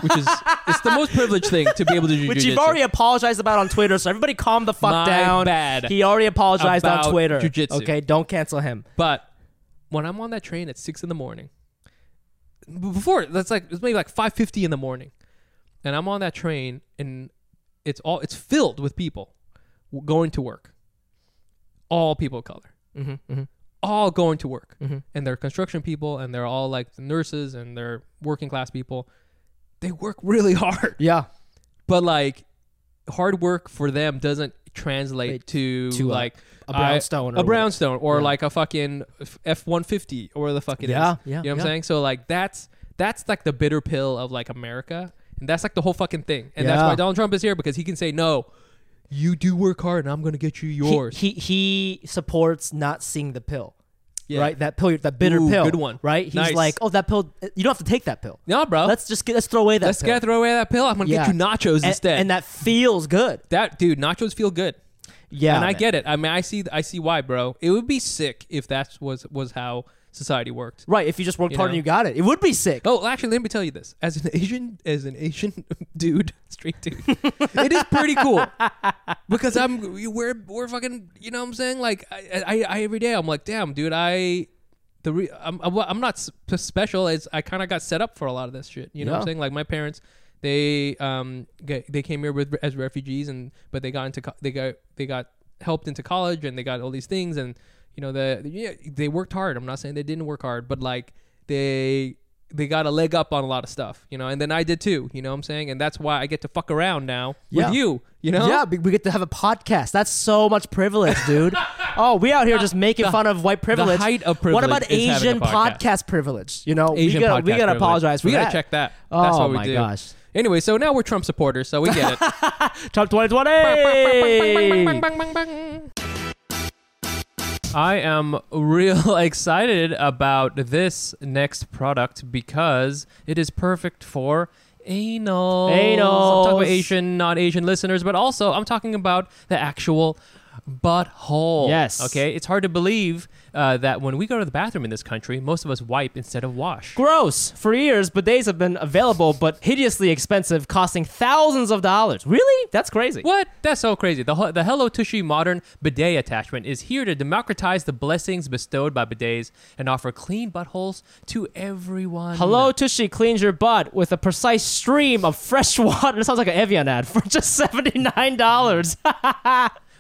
Speaker 3: which is it's the most privileged thing to be able to do.
Speaker 1: Which
Speaker 3: jujitsu.
Speaker 1: you've already apologized about on Twitter, so everybody calm the fuck
Speaker 3: My
Speaker 1: down.
Speaker 3: bad
Speaker 1: He already apologized
Speaker 3: about
Speaker 1: on Twitter.
Speaker 3: jujitsu.
Speaker 1: Okay, don't cancel him.
Speaker 3: But when I'm on that train at six in the morning, b- before that's like it's maybe like five fifty in the morning, and I'm on that train and it's all it's filled with people w- going to work, all people of color,
Speaker 1: Mm-hmm,
Speaker 3: all going to work, and they're construction people and they're all like nurses and they're working class people. They work really hard
Speaker 1: Yeah.
Speaker 3: but like hard work for them doesn't translate
Speaker 1: Wait,
Speaker 3: to,
Speaker 1: to, uh,
Speaker 3: like
Speaker 1: a
Speaker 3: I-
Speaker 1: brownstone or
Speaker 3: a
Speaker 1: whatever.
Speaker 3: brownstone, or
Speaker 1: Yeah.
Speaker 3: like a fucking F one fifty, or the fuck it is.
Speaker 1: Yeah, yeah,
Speaker 3: You know what
Speaker 1: yeah.
Speaker 3: I'm saying? So like that's that's like the bitter pill of like America, and that's like the whole fucking thing, and that's
Speaker 1: Yeah.
Speaker 3: why Donald Trump is here because he can say no. You do work hard, and I'm gonna get you
Speaker 1: He-
Speaker 3: yours.
Speaker 1: He, he supports not seeing the pill.
Speaker 3: Yeah.
Speaker 1: Right, that pill, that bitter
Speaker 3: Ooh,
Speaker 1: pill.
Speaker 3: good one.
Speaker 1: Right, he's
Speaker 3: Nice.
Speaker 1: like, oh, that pill. You don't have to take that pill.
Speaker 3: no, bro.
Speaker 1: let's just get, let's throw away that.
Speaker 3: let's
Speaker 1: pill.
Speaker 3: get throw away that pill. I'm gonna get
Speaker 1: Yeah.
Speaker 3: you nachos
Speaker 1: And-
Speaker 3: instead.
Speaker 1: and that feels good.
Speaker 3: that dude, nachos feel good.
Speaker 1: Yeah,
Speaker 3: and I
Speaker 1: man.
Speaker 3: get it. I mean, I see, I see why, bro. It would be sick if that was was how society worked.
Speaker 1: right. If you just worked
Speaker 3: You
Speaker 1: hard and
Speaker 3: know?
Speaker 1: you got it, it would be sick.
Speaker 3: Oh, actually, let me tell you this: as an Asian, as an Asian dude, straight dude, it is pretty cool because I'm we're we're fucking, you know what I'm saying? Like, I, I, I every day I'm like, damn, dude, I. The re- I'm, I'm I'm not s- special. It's I kind of got set up for a lot of this shit. You know what
Speaker 1: Yeah.
Speaker 3: I'm saying? Like my parents, they um get, they came here with, as refugees and but they got into co- they got they got helped into college and they got all these things and you know the yeah, they worked hard. I'm not saying they didn't work hard, but like they they got a leg up on a lot of stuff, you know. And then I did too, you know what I'm saying? And that's why I get to fuck around now
Speaker 1: Yeah.
Speaker 3: with you, you know?
Speaker 1: Yeah, we we get to have a podcast. That's so much privilege, dude. oh, we out here just making fun of white privilege.
Speaker 3: height of
Speaker 1: What
Speaker 3: privilege
Speaker 1: about
Speaker 3: is having a
Speaker 1: Asian
Speaker 3: podcast.
Speaker 1: podcast privilege? You know,
Speaker 3: Asian
Speaker 1: we gotta, we
Speaker 3: podcast
Speaker 1: gotta
Speaker 3: privilege.
Speaker 1: apologize for
Speaker 3: We
Speaker 1: that.
Speaker 3: gotta check that.
Speaker 1: Oh
Speaker 3: That's what we
Speaker 1: my
Speaker 3: do.
Speaker 1: gosh,
Speaker 3: Anyway, so now we're Trump supporters, so we get it.
Speaker 1: Trump 2020.
Speaker 3: I am real excited about this next product because it is perfect for anal. I'm talking
Speaker 1: Anals.
Speaker 3: about Asian, not Asian listeners, but also I'm talking about the actual butthole.
Speaker 1: Yes.
Speaker 3: Okay. It's hard to believe uh, that when we go to the bathroom in this country, most of us wipe instead of wash.
Speaker 1: Gross. For years, bidets have been available, but hideously expensive, costing thousands of dollars. Really? That's crazy.
Speaker 3: What? That's so crazy. The, ho- the Hello Tushy modern bidet attachment is here to democratize the blessings bestowed by bidets and offer clean buttholes to everyone.
Speaker 1: Hello Tushy cleans your butt with a precise stream of fresh water. That sounds like an Evian ad for just $79.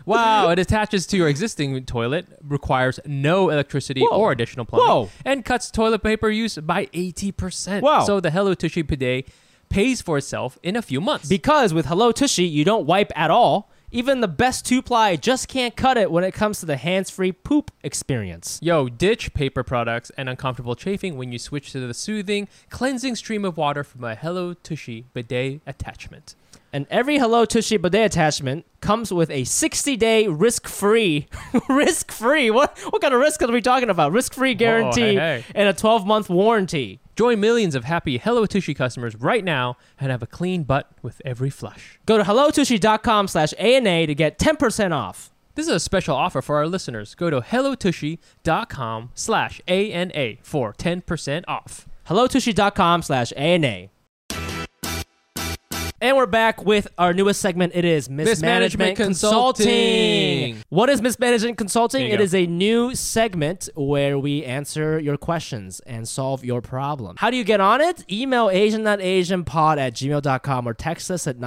Speaker 3: Wow, it attaches to your existing toilet, requires no electricity
Speaker 1: Whoa.
Speaker 3: or additional plumbing,
Speaker 1: Whoa.
Speaker 3: and cuts toilet paper use by 80%.
Speaker 1: Wow.
Speaker 3: So the Hello Tushy bidet pays for itself in a few months.
Speaker 1: Because with Hello Tushy, you don't wipe at all. Even the best two ply just can't cut it when it comes to the hands free poop experience.
Speaker 3: Yo, ditch paper products and uncomfortable chafing when you switch to the soothing, cleansing stream of water from a Hello Tushy bidet attachment.
Speaker 1: And every Hello Tushy bidet attachment comes with a 60 day risk free, risk free. What, what kind of risk are we talking about? Risk free guarantee
Speaker 3: Oh, hey.
Speaker 1: and a 12 month warranty.
Speaker 3: Join millions of happy Hello Tushy customers right now and have a clean butt with every flush.
Speaker 1: Go to hellotushy.com slash ANA to get 10% off.
Speaker 3: This is a special offer for our listeners. Go to hellotushy.com slash ANA for 10% off.
Speaker 1: hellotushy.com slash ANA. And we're back with our newest segment. It is Mismanagement,
Speaker 3: Mismanagement
Speaker 1: Consulting.
Speaker 3: Consulting.
Speaker 1: What is Mismanagement Consulting?
Speaker 3: There
Speaker 1: It
Speaker 3: you
Speaker 1: is
Speaker 3: go.
Speaker 1: a new segment where we answer your questions and solve your problem. How do you get on it? Email asian.asianpod at gmail.com or text us at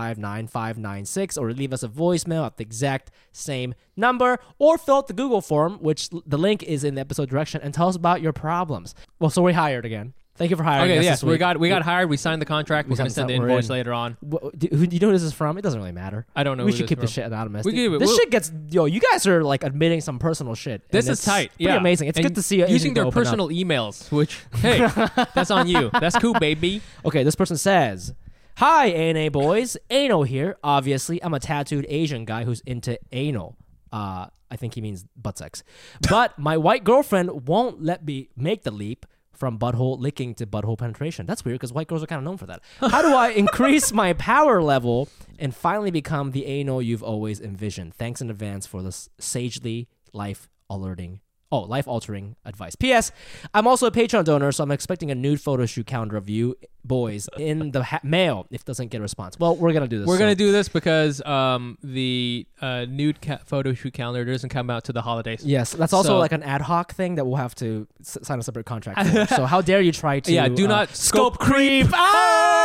Speaker 1: 917-755-9596 or leave us a voicemail at the exact same number or fill out the Google form, which l- the link is in the episode direction, and tell us about your problems. Well, so we hired again. Thank you for hiring
Speaker 3: Okay,
Speaker 1: us
Speaker 3: yes,
Speaker 1: this week.
Speaker 3: we got we got hired. We signed the contract. We're
Speaker 1: got
Speaker 3: going to send the
Speaker 1: some- we're
Speaker 3: invoice
Speaker 1: in.
Speaker 3: later on.
Speaker 1: Wh- do, who, do you know who this is from? It doesn't really matter.
Speaker 3: I don't know
Speaker 1: We
Speaker 3: who
Speaker 1: should
Speaker 3: this
Speaker 1: keep
Speaker 3: is
Speaker 1: this
Speaker 3: from.
Speaker 1: shit anonymous.
Speaker 3: We
Speaker 1: dude.
Speaker 3: keep it-
Speaker 1: this
Speaker 3: we'll-
Speaker 1: shit gets yo. You guys are like admitting some personal shit. and
Speaker 3: This
Speaker 1: it's
Speaker 3: is tight.
Speaker 1: Pretty
Speaker 3: yeah.
Speaker 1: amazing. It's
Speaker 3: And
Speaker 1: good to see Asian
Speaker 3: using
Speaker 1: people
Speaker 3: their
Speaker 1: open up.
Speaker 3: personal emails. Which hey, that's on you. That's cool, baby.
Speaker 1: Okay, this person says, "Hi, ANA boys. Anal here. Obviously, I'm a tattooed Asian guy who's into anal. Uh, I think he means butt sex. But my white girlfriend won't let me make the leap." From butthole licking to butthole penetration. That's weird because white girls are kind of known for that. How do I increase my power level and finally become the anal you've always envisioned? Thanks in advance for this sagely life alerting Oh, life altering advice. P.S. I'm also a Patreon donor, so I'm expecting a nude photo shoot calendar of you boys in the ha- mail if it doesn't get a response. Well, we're going to do this.
Speaker 3: We're
Speaker 1: so-
Speaker 3: gonna do this because um, the uh, nude ca- photo shoot calendar doesn't come out to the holidays.
Speaker 1: Yes, that's also
Speaker 3: So-
Speaker 1: like an ad hoc thing that we'll have to s- sign a separate contract for. so how dare you try to.
Speaker 3: Yeah, do
Speaker 1: uh,
Speaker 3: not
Speaker 1: scope
Speaker 3: scope
Speaker 1: creep.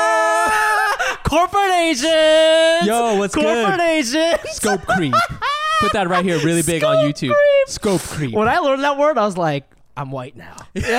Speaker 1: Ah! Corporate agents!
Speaker 3: Yo, what's
Speaker 1: Corporate
Speaker 3: good?
Speaker 1: agents!
Speaker 3: Scope creep. Put that right here, really big on
Speaker 1: Scope
Speaker 3: YouTube.
Speaker 1: creep.
Speaker 3: Scope creep.
Speaker 1: When I learned that word, I was like, I'm white now. this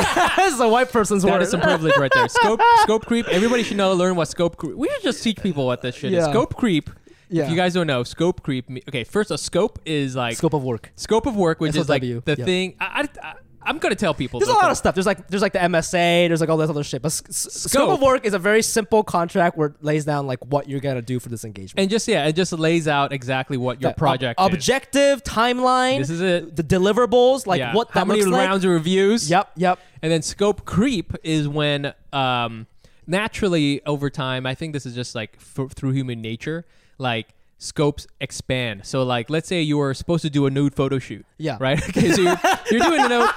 Speaker 1: is a white person's
Speaker 3: That
Speaker 1: word.
Speaker 3: is some privilege right there. Scope, scope creep. Everybody should know, learn what scope creep. We should just teach people what this shit is.
Speaker 1: Yeah.
Speaker 3: Scope creep
Speaker 1: Yeah.
Speaker 3: If you guys don't know, scope creep. me- Okay, first a scope is like
Speaker 1: Scope of work.
Speaker 3: scope of work, which is like
Speaker 1: SOW,
Speaker 3: the
Speaker 1: yeah.
Speaker 3: thing. I, I, I, I'm gonna tell people.
Speaker 1: There's a
Speaker 3: this
Speaker 1: lot
Speaker 3: one.
Speaker 1: of stuff. There's like there's like the MSA. There's like all this other shit. But s- s- scope of work is a very simple contract where it lays down like what you're gonna do for this engagement.
Speaker 3: and just yeah, it just lays out exactly what your
Speaker 1: That ob-
Speaker 3: project is.
Speaker 1: objective, timeline.
Speaker 3: This is it.
Speaker 1: The deliverables, like
Speaker 3: Yeah.
Speaker 1: what that
Speaker 3: how many
Speaker 1: looks like.
Speaker 3: rounds of reviews?
Speaker 1: Yep, yep.
Speaker 3: And then scope creep is when um, naturally over time, I think this is just like f- through human nature, like scopes expand. So like let's say you were supposed to do a nude photo shoot.
Speaker 1: Yeah.
Speaker 3: Right? Okay, so you're, you're doing a nude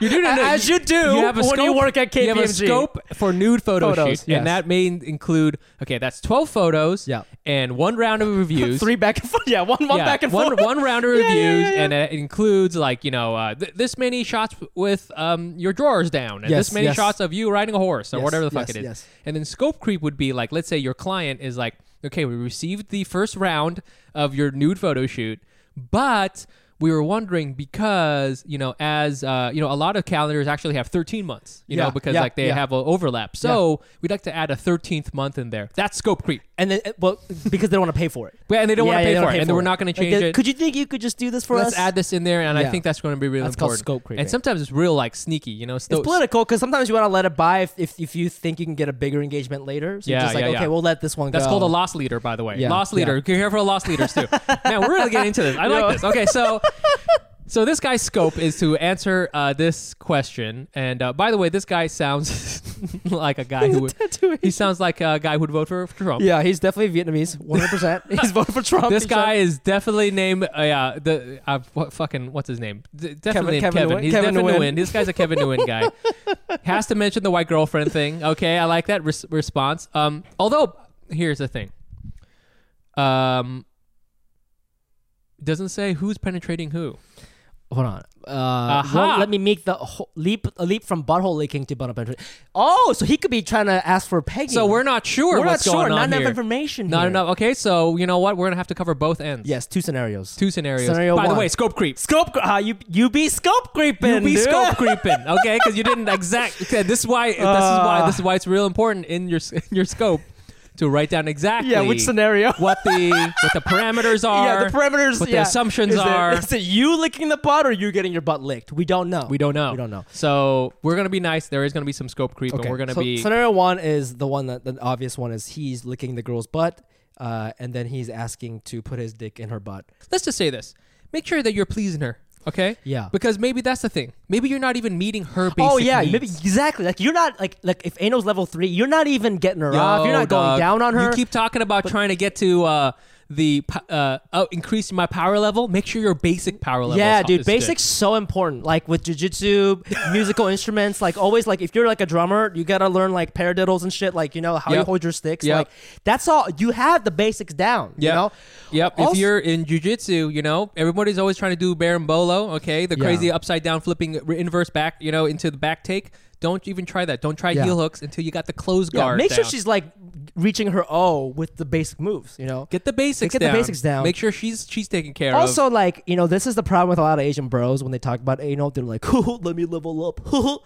Speaker 3: you're doing a nude,
Speaker 1: As you do when you work at
Speaker 3: You have a
Speaker 1: KPMG.
Speaker 3: scope for nude photo
Speaker 1: Photos,
Speaker 3: shoot.
Speaker 1: yes.
Speaker 3: And that may include okay, that's 12 photos
Speaker 1: Yeah.
Speaker 3: and one round of reviews.
Speaker 1: Three back and forth. Yeah, one one
Speaker 3: Yeah,
Speaker 1: back and
Speaker 3: one,
Speaker 1: forth.
Speaker 3: One round of
Speaker 1: Yeah,
Speaker 3: reviews,
Speaker 1: yeah, yeah, yeah.
Speaker 3: and it includes like you know uh, th- this many shots with um, your drawers down, and
Speaker 1: Yes,
Speaker 3: this many
Speaker 1: yes.
Speaker 3: shots of you riding a horse or
Speaker 1: Yes,
Speaker 3: whatever the fuck
Speaker 1: yes,
Speaker 3: it is.
Speaker 1: yes.
Speaker 3: And then scope creep would be like, let's say your client is like, okay, we received the first round of your nude photo shoot, but we were wondering because you know as uh, you know a lot of calendars actually have 13 months you
Speaker 1: Yeah,
Speaker 3: know because
Speaker 1: yeah,
Speaker 3: like they
Speaker 1: yeah.
Speaker 3: have an overlap so we'd like to add a 13th month in there that's scope creep
Speaker 1: and then well, because they don't want to pay for it.
Speaker 3: Yeah, and they don't wanna pay
Speaker 1: they don't
Speaker 3: for it, and we're not gonna change
Speaker 1: they-
Speaker 3: it.
Speaker 1: Could you think you could just do this for
Speaker 3: let's
Speaker 1: us?
Speaker 3: add this in there, and
Speaker 1: Yeah.
Speaker 3: I think that's going to be really
Speaker 1: That's called
Speaker 3: important.
Speaker 1: scope creeping.
Speaker 3: And sometimes it's real like sneaky, you know.
Speaker 1: it's
Speaker 3: sto-
Speaker 1: political because sometimes you want to let it by if, if, if you think you can get a bigger engagement later. So you're
Speaker 3: Yeah,
Speaker 1: just like,
Speaker 3: yeah,
Speaker 1: okay,
Speaker 3: yeah.
Speaker 1: we'll let this one
Speaker 3: That's
Speaker 1: go.
Speaker 3: called a loss leader, by the way.
Speaker 1: Yeah,
Speaker 3: Loss leader.
Speaker 1: yeah.
Speaker 3: Be careful of loss leaders too. now we're really getting into this. I like this. Okay, so. So this guy's scope is to answer uh, this question, and uh, by the way, this guy sounds like a guy who would, he sounds like a guy who would vote for Trump.
Speaker 1: Yeah, he's definitely Vietnamese, 100%. he's voted for Trump.
Speaker 3: This
Speaker 1: He's
Speaker 3: guy
Speaker 1: like-
Speaker 3: is definitely named. Uh, yeah, the uh, what fucking what's his name? D- definitely
Speaker 1: Kevin- Kevin
Speaker 3: named Kevin.
Speaker 1: Nguyen-
Speaker 3: He's
Speaker 1: Kevin
Speaker 3: Kevin
Speaker 1: Nguyen.
Speaker 3: Nguyen. This guy's a Kevin Nguyen guy. Has to mention the white girlfriend thing. Okay, I like that res- response. Um, although here's the thing. Um, doesn't say who's penetrating who.
Speaker 1: Hold on. Uh,
Speaker 3: Aha.
Speaker 1: well, let me make the ho- leap a leap from butthole licking to butthole penetration. Oh, so he could be trying to ask for pegging.
Speaker 3: So we're not sure
Speaker 1: Hmm. We're
Speaker 3: what's
Speaker 1: not
Speaker 3: going
Speaker 1: sure.
Speaker 3: on
Speaker 1: not
Speaker 3: here.
Speaker 1: enough information.
Speaker 3: Not
Speaker 1: here.
Speaker 3: enough. Okay, so you know what? We're gonna have to cover both ends.
Speaker 1: Yes, two scenarios.
Speaker 3: Two scenarios.
Speaker 1: Scenario
Speaker 3: By
Speaker 1: one.
Speaker 3: the way, scope creep.
Speaker 1: Scope. cre- Uh, you you be scope creeping.
Speaker 3: You be
Speaker 1: dude.
Speaker 3: scope creeping, okay? Because you didn't exact. Okay, this is why. This is why. This is why it's real important in your s- in your scope to write down exactly.
Speaker 1: Yeah, which scenario?
Speaker 3: What the what the parameters are?
Speaker 1: yeah, the parameters.
Speaker 3: What
Speaker 1: yeah.
Speaker 3: the assumptions
Speaker 1: is it-
Speaker 3: are?
Speaker 1: Is it you licking the butt or you getting your butt licked? We don't know.
Speaker 3: we don't know.
Speaker 1: We don't know.
Speaker 3: So we're gonna be nice. There is gonna be some scope creep, and we're gonna
Speaker 1: so
Speaker 3: be.
Speaker 1: scenario one is the one that the obvious one is he's licking the girl's butt, uh, and then he's asking to put his dick in her butt.
Speaker 3: let's just say this. Make sure that you're pleasing her, okay?
Speaker 1: Yeah.
Speaker 3: Because maybe that's the thing. Maybe you're not even meeting her basic
Speaker 1: oh yeah,
Speaker 3: needs.
Speaker 1: maybe exactly. Like you're not like like if Ano's level three, you're not even getting her
Speaker 3: Yo,
Speaker 1: off. You're not going
Speaker 3: dog.
Speaker 1: down on her.
Speaker 3: You keep talking about trying to get to uh, the p- uh, oh, increasing my power level. Make sure your basic power level.
Speaker 1: yeah,
Speaker 3: is-
Speaker 1: dude,
Speaker 3: is
Speaker 1: basic's
Speaker 3: good.
Speaker 1: so important. Like with jujitsu, musical instruments, like always, like if you're like a drummer, you gotta learn like paradiddles and shit. Like you know how you
Speaker 3: Yep.
Speaker 1: hold your sticks.
Speaker 3: Yep.
Speaker 1: Like that's all. You have the basics down. You
Speaker 3: Yep.
Speaker 1: know.
Speaker 3: Yep.
Speaker 1: Also-
Speaker 3: if you're in jujitsu, you know everybody's always trying to do barambolo. Okay, the
Speaker 1: Yeah.
Speaker 3: crazy upside down flipping re- inverse back. You know into the back take. Don't even try that. Don't try
Speaker 1: Yeah.
Speaker 3: heel hooks until you got the close
Speaker 1: Yeah,
Speaker 3: guard.
Speaker 1: make sure
Speaker 3: down.
Speaker 1: she's like reaching her O with the basic moves. You know.
Speaker 3: get the basics.
Speaker 1: Get the
Speaker 3: down.
Speaker 1: basics down.
Speaker 3: Make sure she's she's taken care of.
Speaker 1: also, like you know, this is the problem with a lot of Asian bros when they talk about anal. They're like, "Hoo-hoo, "Let me level up." hoo-hoo."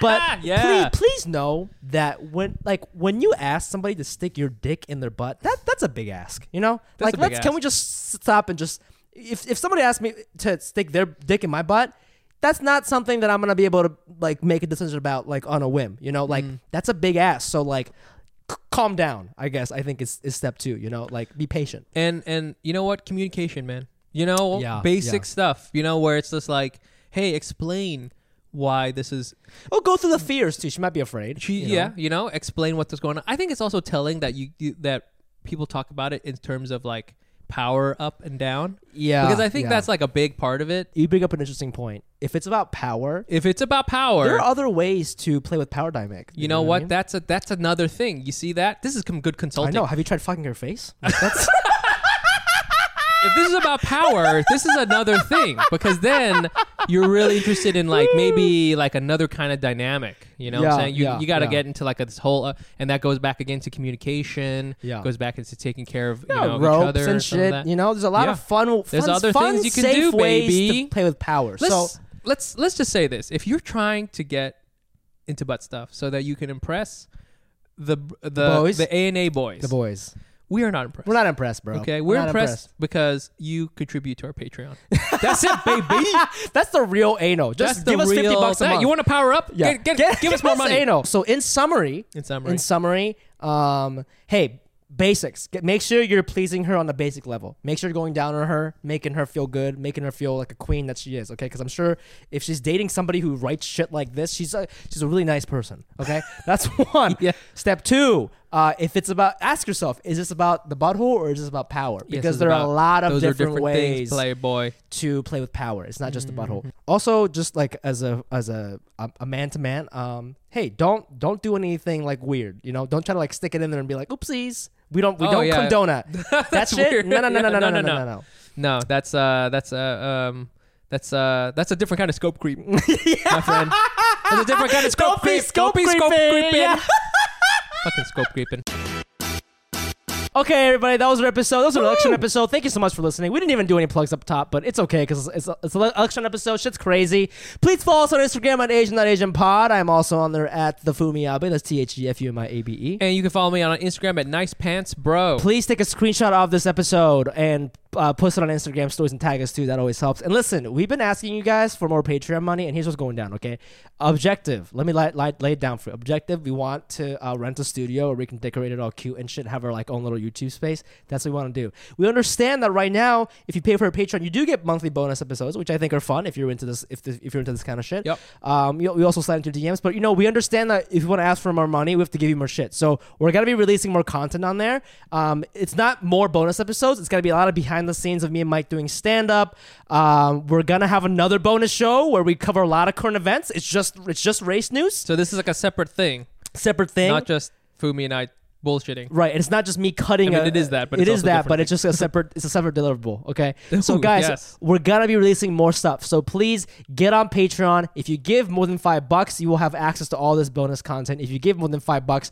Speaker 1: but
Speaker 3: Yeah.
Speaker 1: please, please know that when like when you ask somebody to stick your dick in their butt, that that's a big ask. You know,
Speaker 3: That's
Speaker 1: like
Speaker 3: a big
Speaker 1: let's can
Speaker 3: ask.
Speaker 1: we just stop and just if if somebody asked me to stick their dick in my butt. That's not something that I'm gonna be able to like make a decision about like on a whim, you know. Like
Speaker 3: Mm.
Speaker 1: that's a big ass. So like, c- calm down. I guess I think is is step two. You know, like be patient.
Speaker 3: and and you know what communication man you know
Speaker 1: Yeah,
Speaker 3: basic
Speaker 1: yeah.
Speaker 3: stuff you know where it's just like hey explain why this is
Speaker 1: Oh, go through the fears too. She might be afraid.
Speaker 3: she
Speaker 1: you know?
Speaker 3: yeah you know explain what's going on i think it's also telling that you, you that people talk about it in terms of like power up and down
Speaker 1: Yeah,
Speaker 3: because i think
Speaker 1: yeah.
Speaker 3: that's like a big part of it
Speaker 1: You bring up an interesting point. If it's about power,
Speaker 3: if it's about power
Speaker 1: there are other ways to play with power dynamic.
Speaker 3: you know what?
Speaker 1: I mean?
Speaker 3: That's a that's another thing. You see that? This is some good
Speaker 1: I
Speaker 3: consulting.
Speaker 1: know. Have you tried fucking her face? Like, that's
Speaker 3: if this is about power, this is another thing because then you're really interested in like maybe like another kind of dynamic. You know, what I'm
Speaker 1: Yeah,
Speaker 3: saying you
Speaker 1: yeah,
Speaker 3: you got to
Speaker 1: yeah.
Speaker 3: get into like this whole, uh, and that goes back again to communication.
Speaker 1: Yeah.
Speaker 3: goes back into taking care of you know each
Speaker 1: ropes
Speaker 3: other
Speaker 1: and
Speaker 3: some of
Speaker 1: shit.
Speaker 3: that.
Speaker 1: You know, there's a lot
Speaker 3: Yeah.
Speaker 1: of fun.
Speaker 3: There's
Speaker 1: fun,
Speaker 3: other
Speaker 1: fun,
Speaker 3: things you can
Speaker 1: safe
Speaker 3: do,
Speaker 1: ways
Speaker 3: baby.
Speaker 1: to play with power.
Speaker 3: Let's
Speaker 1: so
Speaker 3: let's let's just say this: if you're trying to get into butt stuff so that you can impress the the
Speaker 1: boys?
Speaker 3: the A and A boys,
Speaker 1: the boys.
Speaker 3: We are not impressed.
Speaker 1: We're not impressed, bro.
Speaker 3: okay, we're
Speaker 1: not
Speaker 3: impressed, because you contribute to our Patreon. That's it, baby.
Speaker 1: That's the real anal. Just
Speaker 3: That's the
Speaker 1: give us fifty
Speaker 3: real
Speaker 1: bucks a
Speaker 3: thing.
Speaker 1: month.
Speaker 3: You want to power up?
Speaker 1: yeah.
Speaker 3: Get- get- give us more money.
Speaker 1: Anal. So in summary,
Speaker 3: In summary.
Speaker 1: in summary, um, hey, basics. Get, make sure you're pleasing her on the basic level. Make sure you're going down on her, making her feel good, making her feel like a queen that she is. Okay, because I'm sure if she's dating somebody who writes shit like this, she's a she's a really nice person. Okay, that's one.
Speaker 3: Yeah.
Speaker 1: Step two. Uh, if it's about, ask yourself, is this about the butthole or is this about power?
Speaker 3: Yes,
Speaker 1: Because
Speaker 3: it's
Speaker 1: there are a
Speaker 3: about-
Speaker 1: lot of
Speaker 3: those
Speaker 1: different,
Speaker 3: are different
Speaker 1: ways
Speaker 3: things, Playboy.
Speaker 1: to play with power. It's not just the
Speaker 3: Mm-hmm.
Speaker 1: butthole. Also, just like as a as a a- a man to man, um, hey, don't don't do anything like weird. You know, don't try to like stick it in there and be like, oopsies. We don't we
Speaker 3: Oh,
Speaker 1: don't
Speaker 3: yeah.
Speaker 1: condone that. That's it.
Speaker 3: weird.
Speaker 1: No no no
Speaker 3: Yeah,
Speaker 1: no no no no
Speaker 3: no, no,
Speaker 1: no.
Speaker 3: no.
Speaker 1: no.
Speaker 3: No, that's uh, that's uh, um, that's uh, that's a different kind of scope creep, my friend. That's a different kind of scope
Speaker 1: Don't be
Speaker 3: creep.
Speaker 1: scope
Speaker 3: Don't be scope
Speaker 1: creeping,
Speaker 3: creeping.
Speaker 1: yeah.
Speaker 3: Fucking scope creeping.
Speaker 1: Okay, everybody, that was our episode. That was an election episode. Thank you so much for listening. We didn't even do any plugs up top, but it's okay because it's, it's, it's an election episode. Shit's crazy. Please follow us on Instagram at Asian Not Asian Pod. I'm also on there at the Fumiabe. That's T H E F U M I A B E.
Speaker 3: And you can follow me on Instagram at nice pants bro.
Speaker 1: please take a screenshot of this episode and uh, post it on Instagram stories and tag us too. That always helps. And listen, we've been asking you guys for more Patreon money, and here's what's going down. Okay, objective. Let me lay, lay, lay it down for you. Objective. We want to uh, rent a studio where we can decorate it all cute and shit, have our like own little YouTube space. That's what we want to do. We understand that right now, if you pay for a Patreon, you do get monthly bonus episodes, which I think are fun if you're into this. If this, if you're into this kind of shit.
Speaker 3: Yep.
Speaker 1: Um, you, we also slide into DMs, but you know, we understand that if you want to ask for more money, we have to give you more shit. So we're gonna be releasing more content on there. Um, it's not more bonus episodes. It's gonna be a lot of behind the scenes of me and Mike doing stand up. Um, we're gonna have another bonus show where we cover a lot of current events. It's just it's just race news,
Speaker 3: So this is like a separate thing,
Speaker 1: separate thing.
Speaker 3: not just Fumi and I bullshitting.
Speaker 1: Right, and it's not just me cutting.
Speaker 3: I mean,
Speaker 1: a-
Speaker 3: it is that, but
Speaker 1: it
Speaker 3: it's
Speaker 1: is
Speaker 3: also
Speaker 1: that,
Speaker 3: different
Speaker 1: but it's just a separate. It's a separate deliverable. Okay, so
Speaker 3: Ooh,
Speaker 1: guys,
Speaker 3: yes.
Speaker 1: we're gonna be releasing more stuff. So please get on Patreon. If you give more than five bucks, you will have access to all this bonus content. If you give more than five bucks,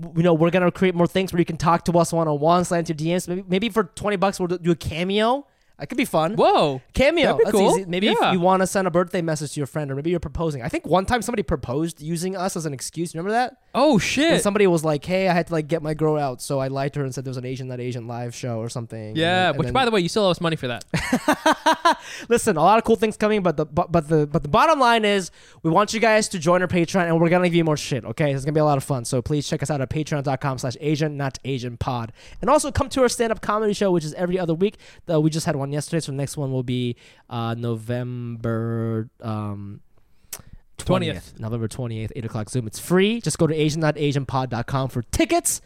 Speaker 1: w- you know we're gonna create more things where you can talk to us one on one, slide into your DMs. Maybe, maybe for twenty bucks, we'll do- do a cameo. That could be fun.
Speaker 3: Whoa.
Speaker 1: Cameo.
Speaker 3: That'd be
Speaker 1: That's
Speaker 3: cool.
Speaker 1: easy. Maybe
Speaker 3: Yeah.
Speaker 1: if you want to send a birthday message to your friend, or maybe you're proposing. I think one time somebody proposed using us as an excuse. Remember that?
Speaker 3: Oh
Speaker 1: when
Speaker 3: shit.
Speaker 1: somebody was like, "Hey, I had to like get my girl out," so I lied to her and said there was an Asian that Asian live show or something.
Speaker 3: yeah, which by the way, you still owe us money for that.
Speaker 1: listen, a lot of cool things coming, but the but, but the but the bottom line is we want you guys to join our Patreon and we're gonna give you more shit. Okay, it's gonna be a lot of fun. So please check us out at Patreon.com/slash Asian Not Asian Pod, and also come to our stand-up comedy show, which is every other week. Though we just had one yesterday, so the next one will be uh, November. Um,
Speaker 3: 20th.
Speaker 1: November 28th, 8 o'clock Zoom. It's free. Just go to asian.asianpod.com for tickets.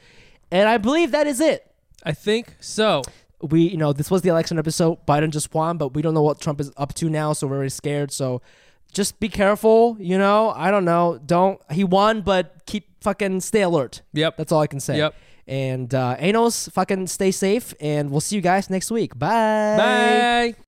Speaker 1: And I believe that is it.
Speaker 3: I think so.
Speaker 1: We, you know, this was the election episode. Biden just won, but we don't know what Trump is up to now, so we're very scared. So just be careful, you know? I don't know. Don't, he won, but keep fucking stay alert.
Speaker 3: Yep.
Speaker 1: That's all I can say.
Speaker 3: Yep.
Speaker 1: And uh, Anos, fucking stay safe, and we'll see you guys next week. Bye.
Speaker 3: Bye.